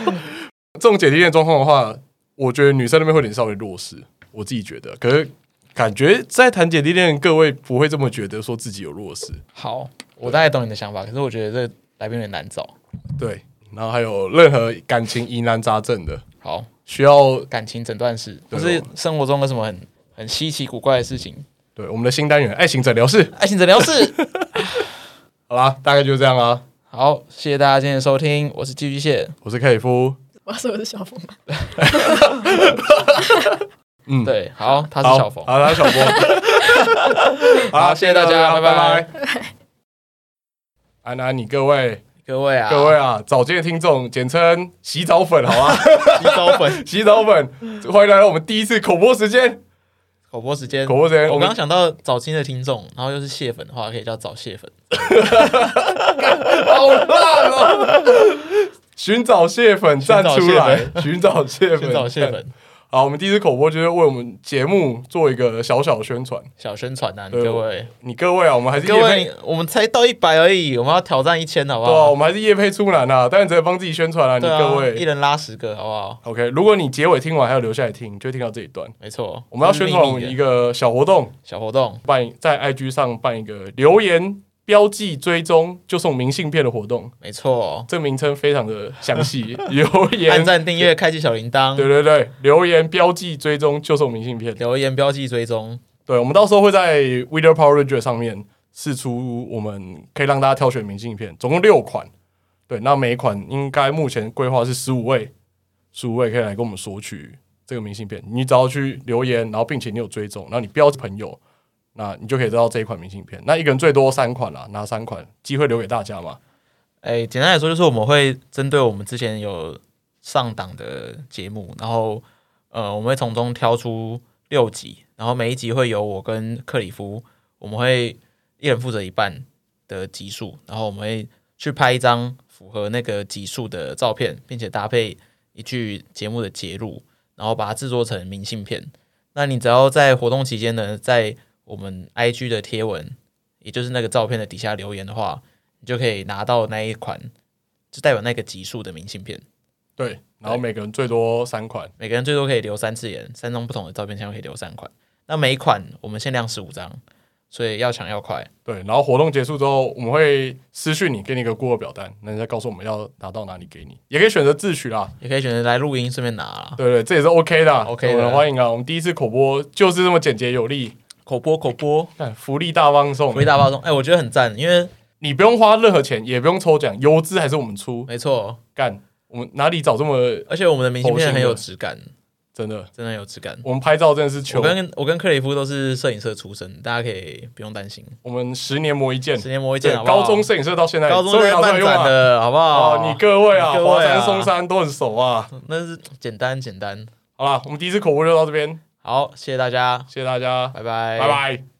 Speaker 3: 这种姐弟恋状况的话，我觉得女生那边会有点稍微弱势，我自己觉得。可是感觉在谈姐弟恋，各位不会这么觉得，说自己有弱势。
Speaker 1: 好，我大概懂你的想法，可是我觉得这来宾有点难找。
Speaker 3: 对，然后还有任何感情疑难杂症的，
Speaker 1: 好，
Speaker 3: 需要
Speaker 1: 感情诊断室，
Speaker 3: 对
Speaker 1: 不是生活中有什么很很稀奇古怪的事情，
Speaker 3: 对我们的新单元“爱情诊疗室
Speaker 1: 爱情诊疗
Speaker 3: [laughs]
Speaker 1: 室。”。
Speaker 3: 好啦，大概就这样啦。
Speaker 1: 好，谢谢大家今天的收听，我是寄居蟹。
Speaker 3: 我是凯夫，
Speaker 2: 我要说我是小峰吗，
Speaker 3: 嗯，，
Speaker 1: 对，好，他
Speaker 3: 他
Speaker 1: 是小冯。
Speaker 3: 好，他是小
Speaker 1: [laughs]
Speaker 3: 冯。
Speaker 1: 好谢谢大家拜拜
Speaker 3: 拜。安安，你各位
Speaker 1: 各位啊，
Speaker 3: 各位啊，早间的听众，简称洗澡 [laughs] 粉，好吧？
Speaker 1: 洗澡粉， [laughs]
Speaker 3: 洗澡粉，欢迎来到我们第一次口播时间。
Speaker 1: 口播时间，
Speaker 3: 口播时间
Speaker 1: 我
Speaker 3: 哎我们
Speaker 1: 刚刚想到早期的听众，然后又是蟹粉的话，可以叫早蟹粉。
Speaker 3: 好烂哦！寻找蟹粉站出来，寻找蟹粉，
Speaker 1: 寻找蟹粉。
Speaker 3: 好，我们第一次口播就是为我们节目做一个小小宣传。
Speaker 1: 小宣传啊，你
Speaker 3: 对
Speaker 1: 各位，
Speaker 3: 你各位啊，我们还是
Speaker 1: 各
Speaker 3: 业配，
Speaker 1: 位，我们才到一百而已，我们要挑战一千，好不
Speaker 3: 对啊，
Speaker 1: 好
Speaker 3: 我？们还是业配出栏啊，当然只能帮自己宣传啊。你
Speaker 1: 对啊，
Speaker 3: 各
Speaker 1: 一
Speaker 3: 位
Speaker 1: 人拉十个，好不好？
Speaker 3: ，OK，如果你结尾听完还有留下来听，就会听到这一段。
Speaker 1: 没错，
Speaker 3: 我们要宣传我
Speaker 1: 这是
Speaker 3: 们
Speaker 1: 秘
Speaker 3: 一
Speaker 1: 密的
Speaker 3: 个小活动，
Speaker 1: 小活动，
Speaker 3: 办在 IG 上办一个留言标记追踪就送明信片的活动，
Speaker 1: 没错，
Speaker 3: 这个名称非常的详细。留
Speaker 1: 按
Speaker 3: 言，
Speaker 1: 赞、订阅、开启小铃铛，
Speaker 3: 对对对，留言标记追踪就送明信片。
Speaker 1: 留言标记追踪，
Speaker 3: 对，我们到时候会在 w e d e r Power Ranger 上面试出我们可以让大家挑选明信片，总共六款。对，那每一款应该目前规划是十五位，十五位可以来跟我们索取这个明信片。你只要去留言，然后并且你有追踪，然后你标朋友，那你就可以得到这一款明信片。那一个人最多三款啦，拿三款，机会留给大家嘛。
Speaker 1: 哎，简单来说就是我们会针对我们之前有上档的节目，然后呃，我们会从中挑出六集，然后每一集会由我跟克里夫，我们会一人负责一半的集数，然后我们会去拍一张符合那个集数的照片，并且搭配一句节目的节录，然后把它制作成明信片。那你只要在活动期间呢，在我们 IG 的贴文，也就是那个照片的底下留言的话，你就可以拿到那一款，就代表那个集数的明信片。
Speaker 3: 对，然后每个人最多三款，
Speaker 1: 每个人最多可以留三次言，三张不同的照片箱可以留三款。那每一款我们限量十五张，所以要抢要快。
Speaker 3: 对，然后活动结束之后，我们会私讯你，给你一个孤儿表单，那你再告诉我们要拿到哪里给你，也可以选择自取啦。
Speaker 1: 也可以选择来录音，顺便拿啦。
Speaker 3: 对对，这也是 OK 的啊
Speaker 1: OK 的
Speaker 3: 我们欢迎啊！我们第一次口播就是这么简洁有力，
Speaker 1: 口播口播，
Speaker 3: 看福利大放送
Speaker 1: 回，大包中，哎、我觉得很赞，因为
Speaker 3: 你不用花任何钱，也不用抽奖，邮资还是我们出，
Speaker 1: 没错，
Speaker 3: 干，我们哪里找这么
Speaker 1: 而且我们的明信
Speaker 3: 佛心
Speaker 1: 片
Speaker 3: 的
Speaker 1: 很有质感，
Speaker 3: 真的？
Speaker 1: 真的有质感。
Speaker 3: 我们拍照真的是求
Speaker 1: 我，跟我跟克里夫都是摄影社出身，大家可以不用担心。
Speaker 3: 我们十年磨一剑
Speaker 1: 十，年磨一剑，
Speaker 3: 对
Speaker 1: 好，不好
Speaker 3: 高中摄影社到现在，
Speaker 1: 高中就在
Speaker 3: 终于拿出
Speaker 1: 办
Speaker 3: 来用
Speaker 1: 展
Speaker 3: 了。
Speaker 1: 的，好不好？
Speaker 3: 啊哦，你各位啊，
Speaker 1: 你各
Speaker 3: 华
Speaker 1: 位啊
Speaker 3: 山、松山都很熟啊。
Speaker 1: 那是简单简单。
Speaker 3: 好啦，我们第一次口播就到这边，
Speaker 1: 好，谢谢大家，
Speaker 3: 谢谢大家，
Speaker 1: 拜拜，
Speaker 3: 拜拜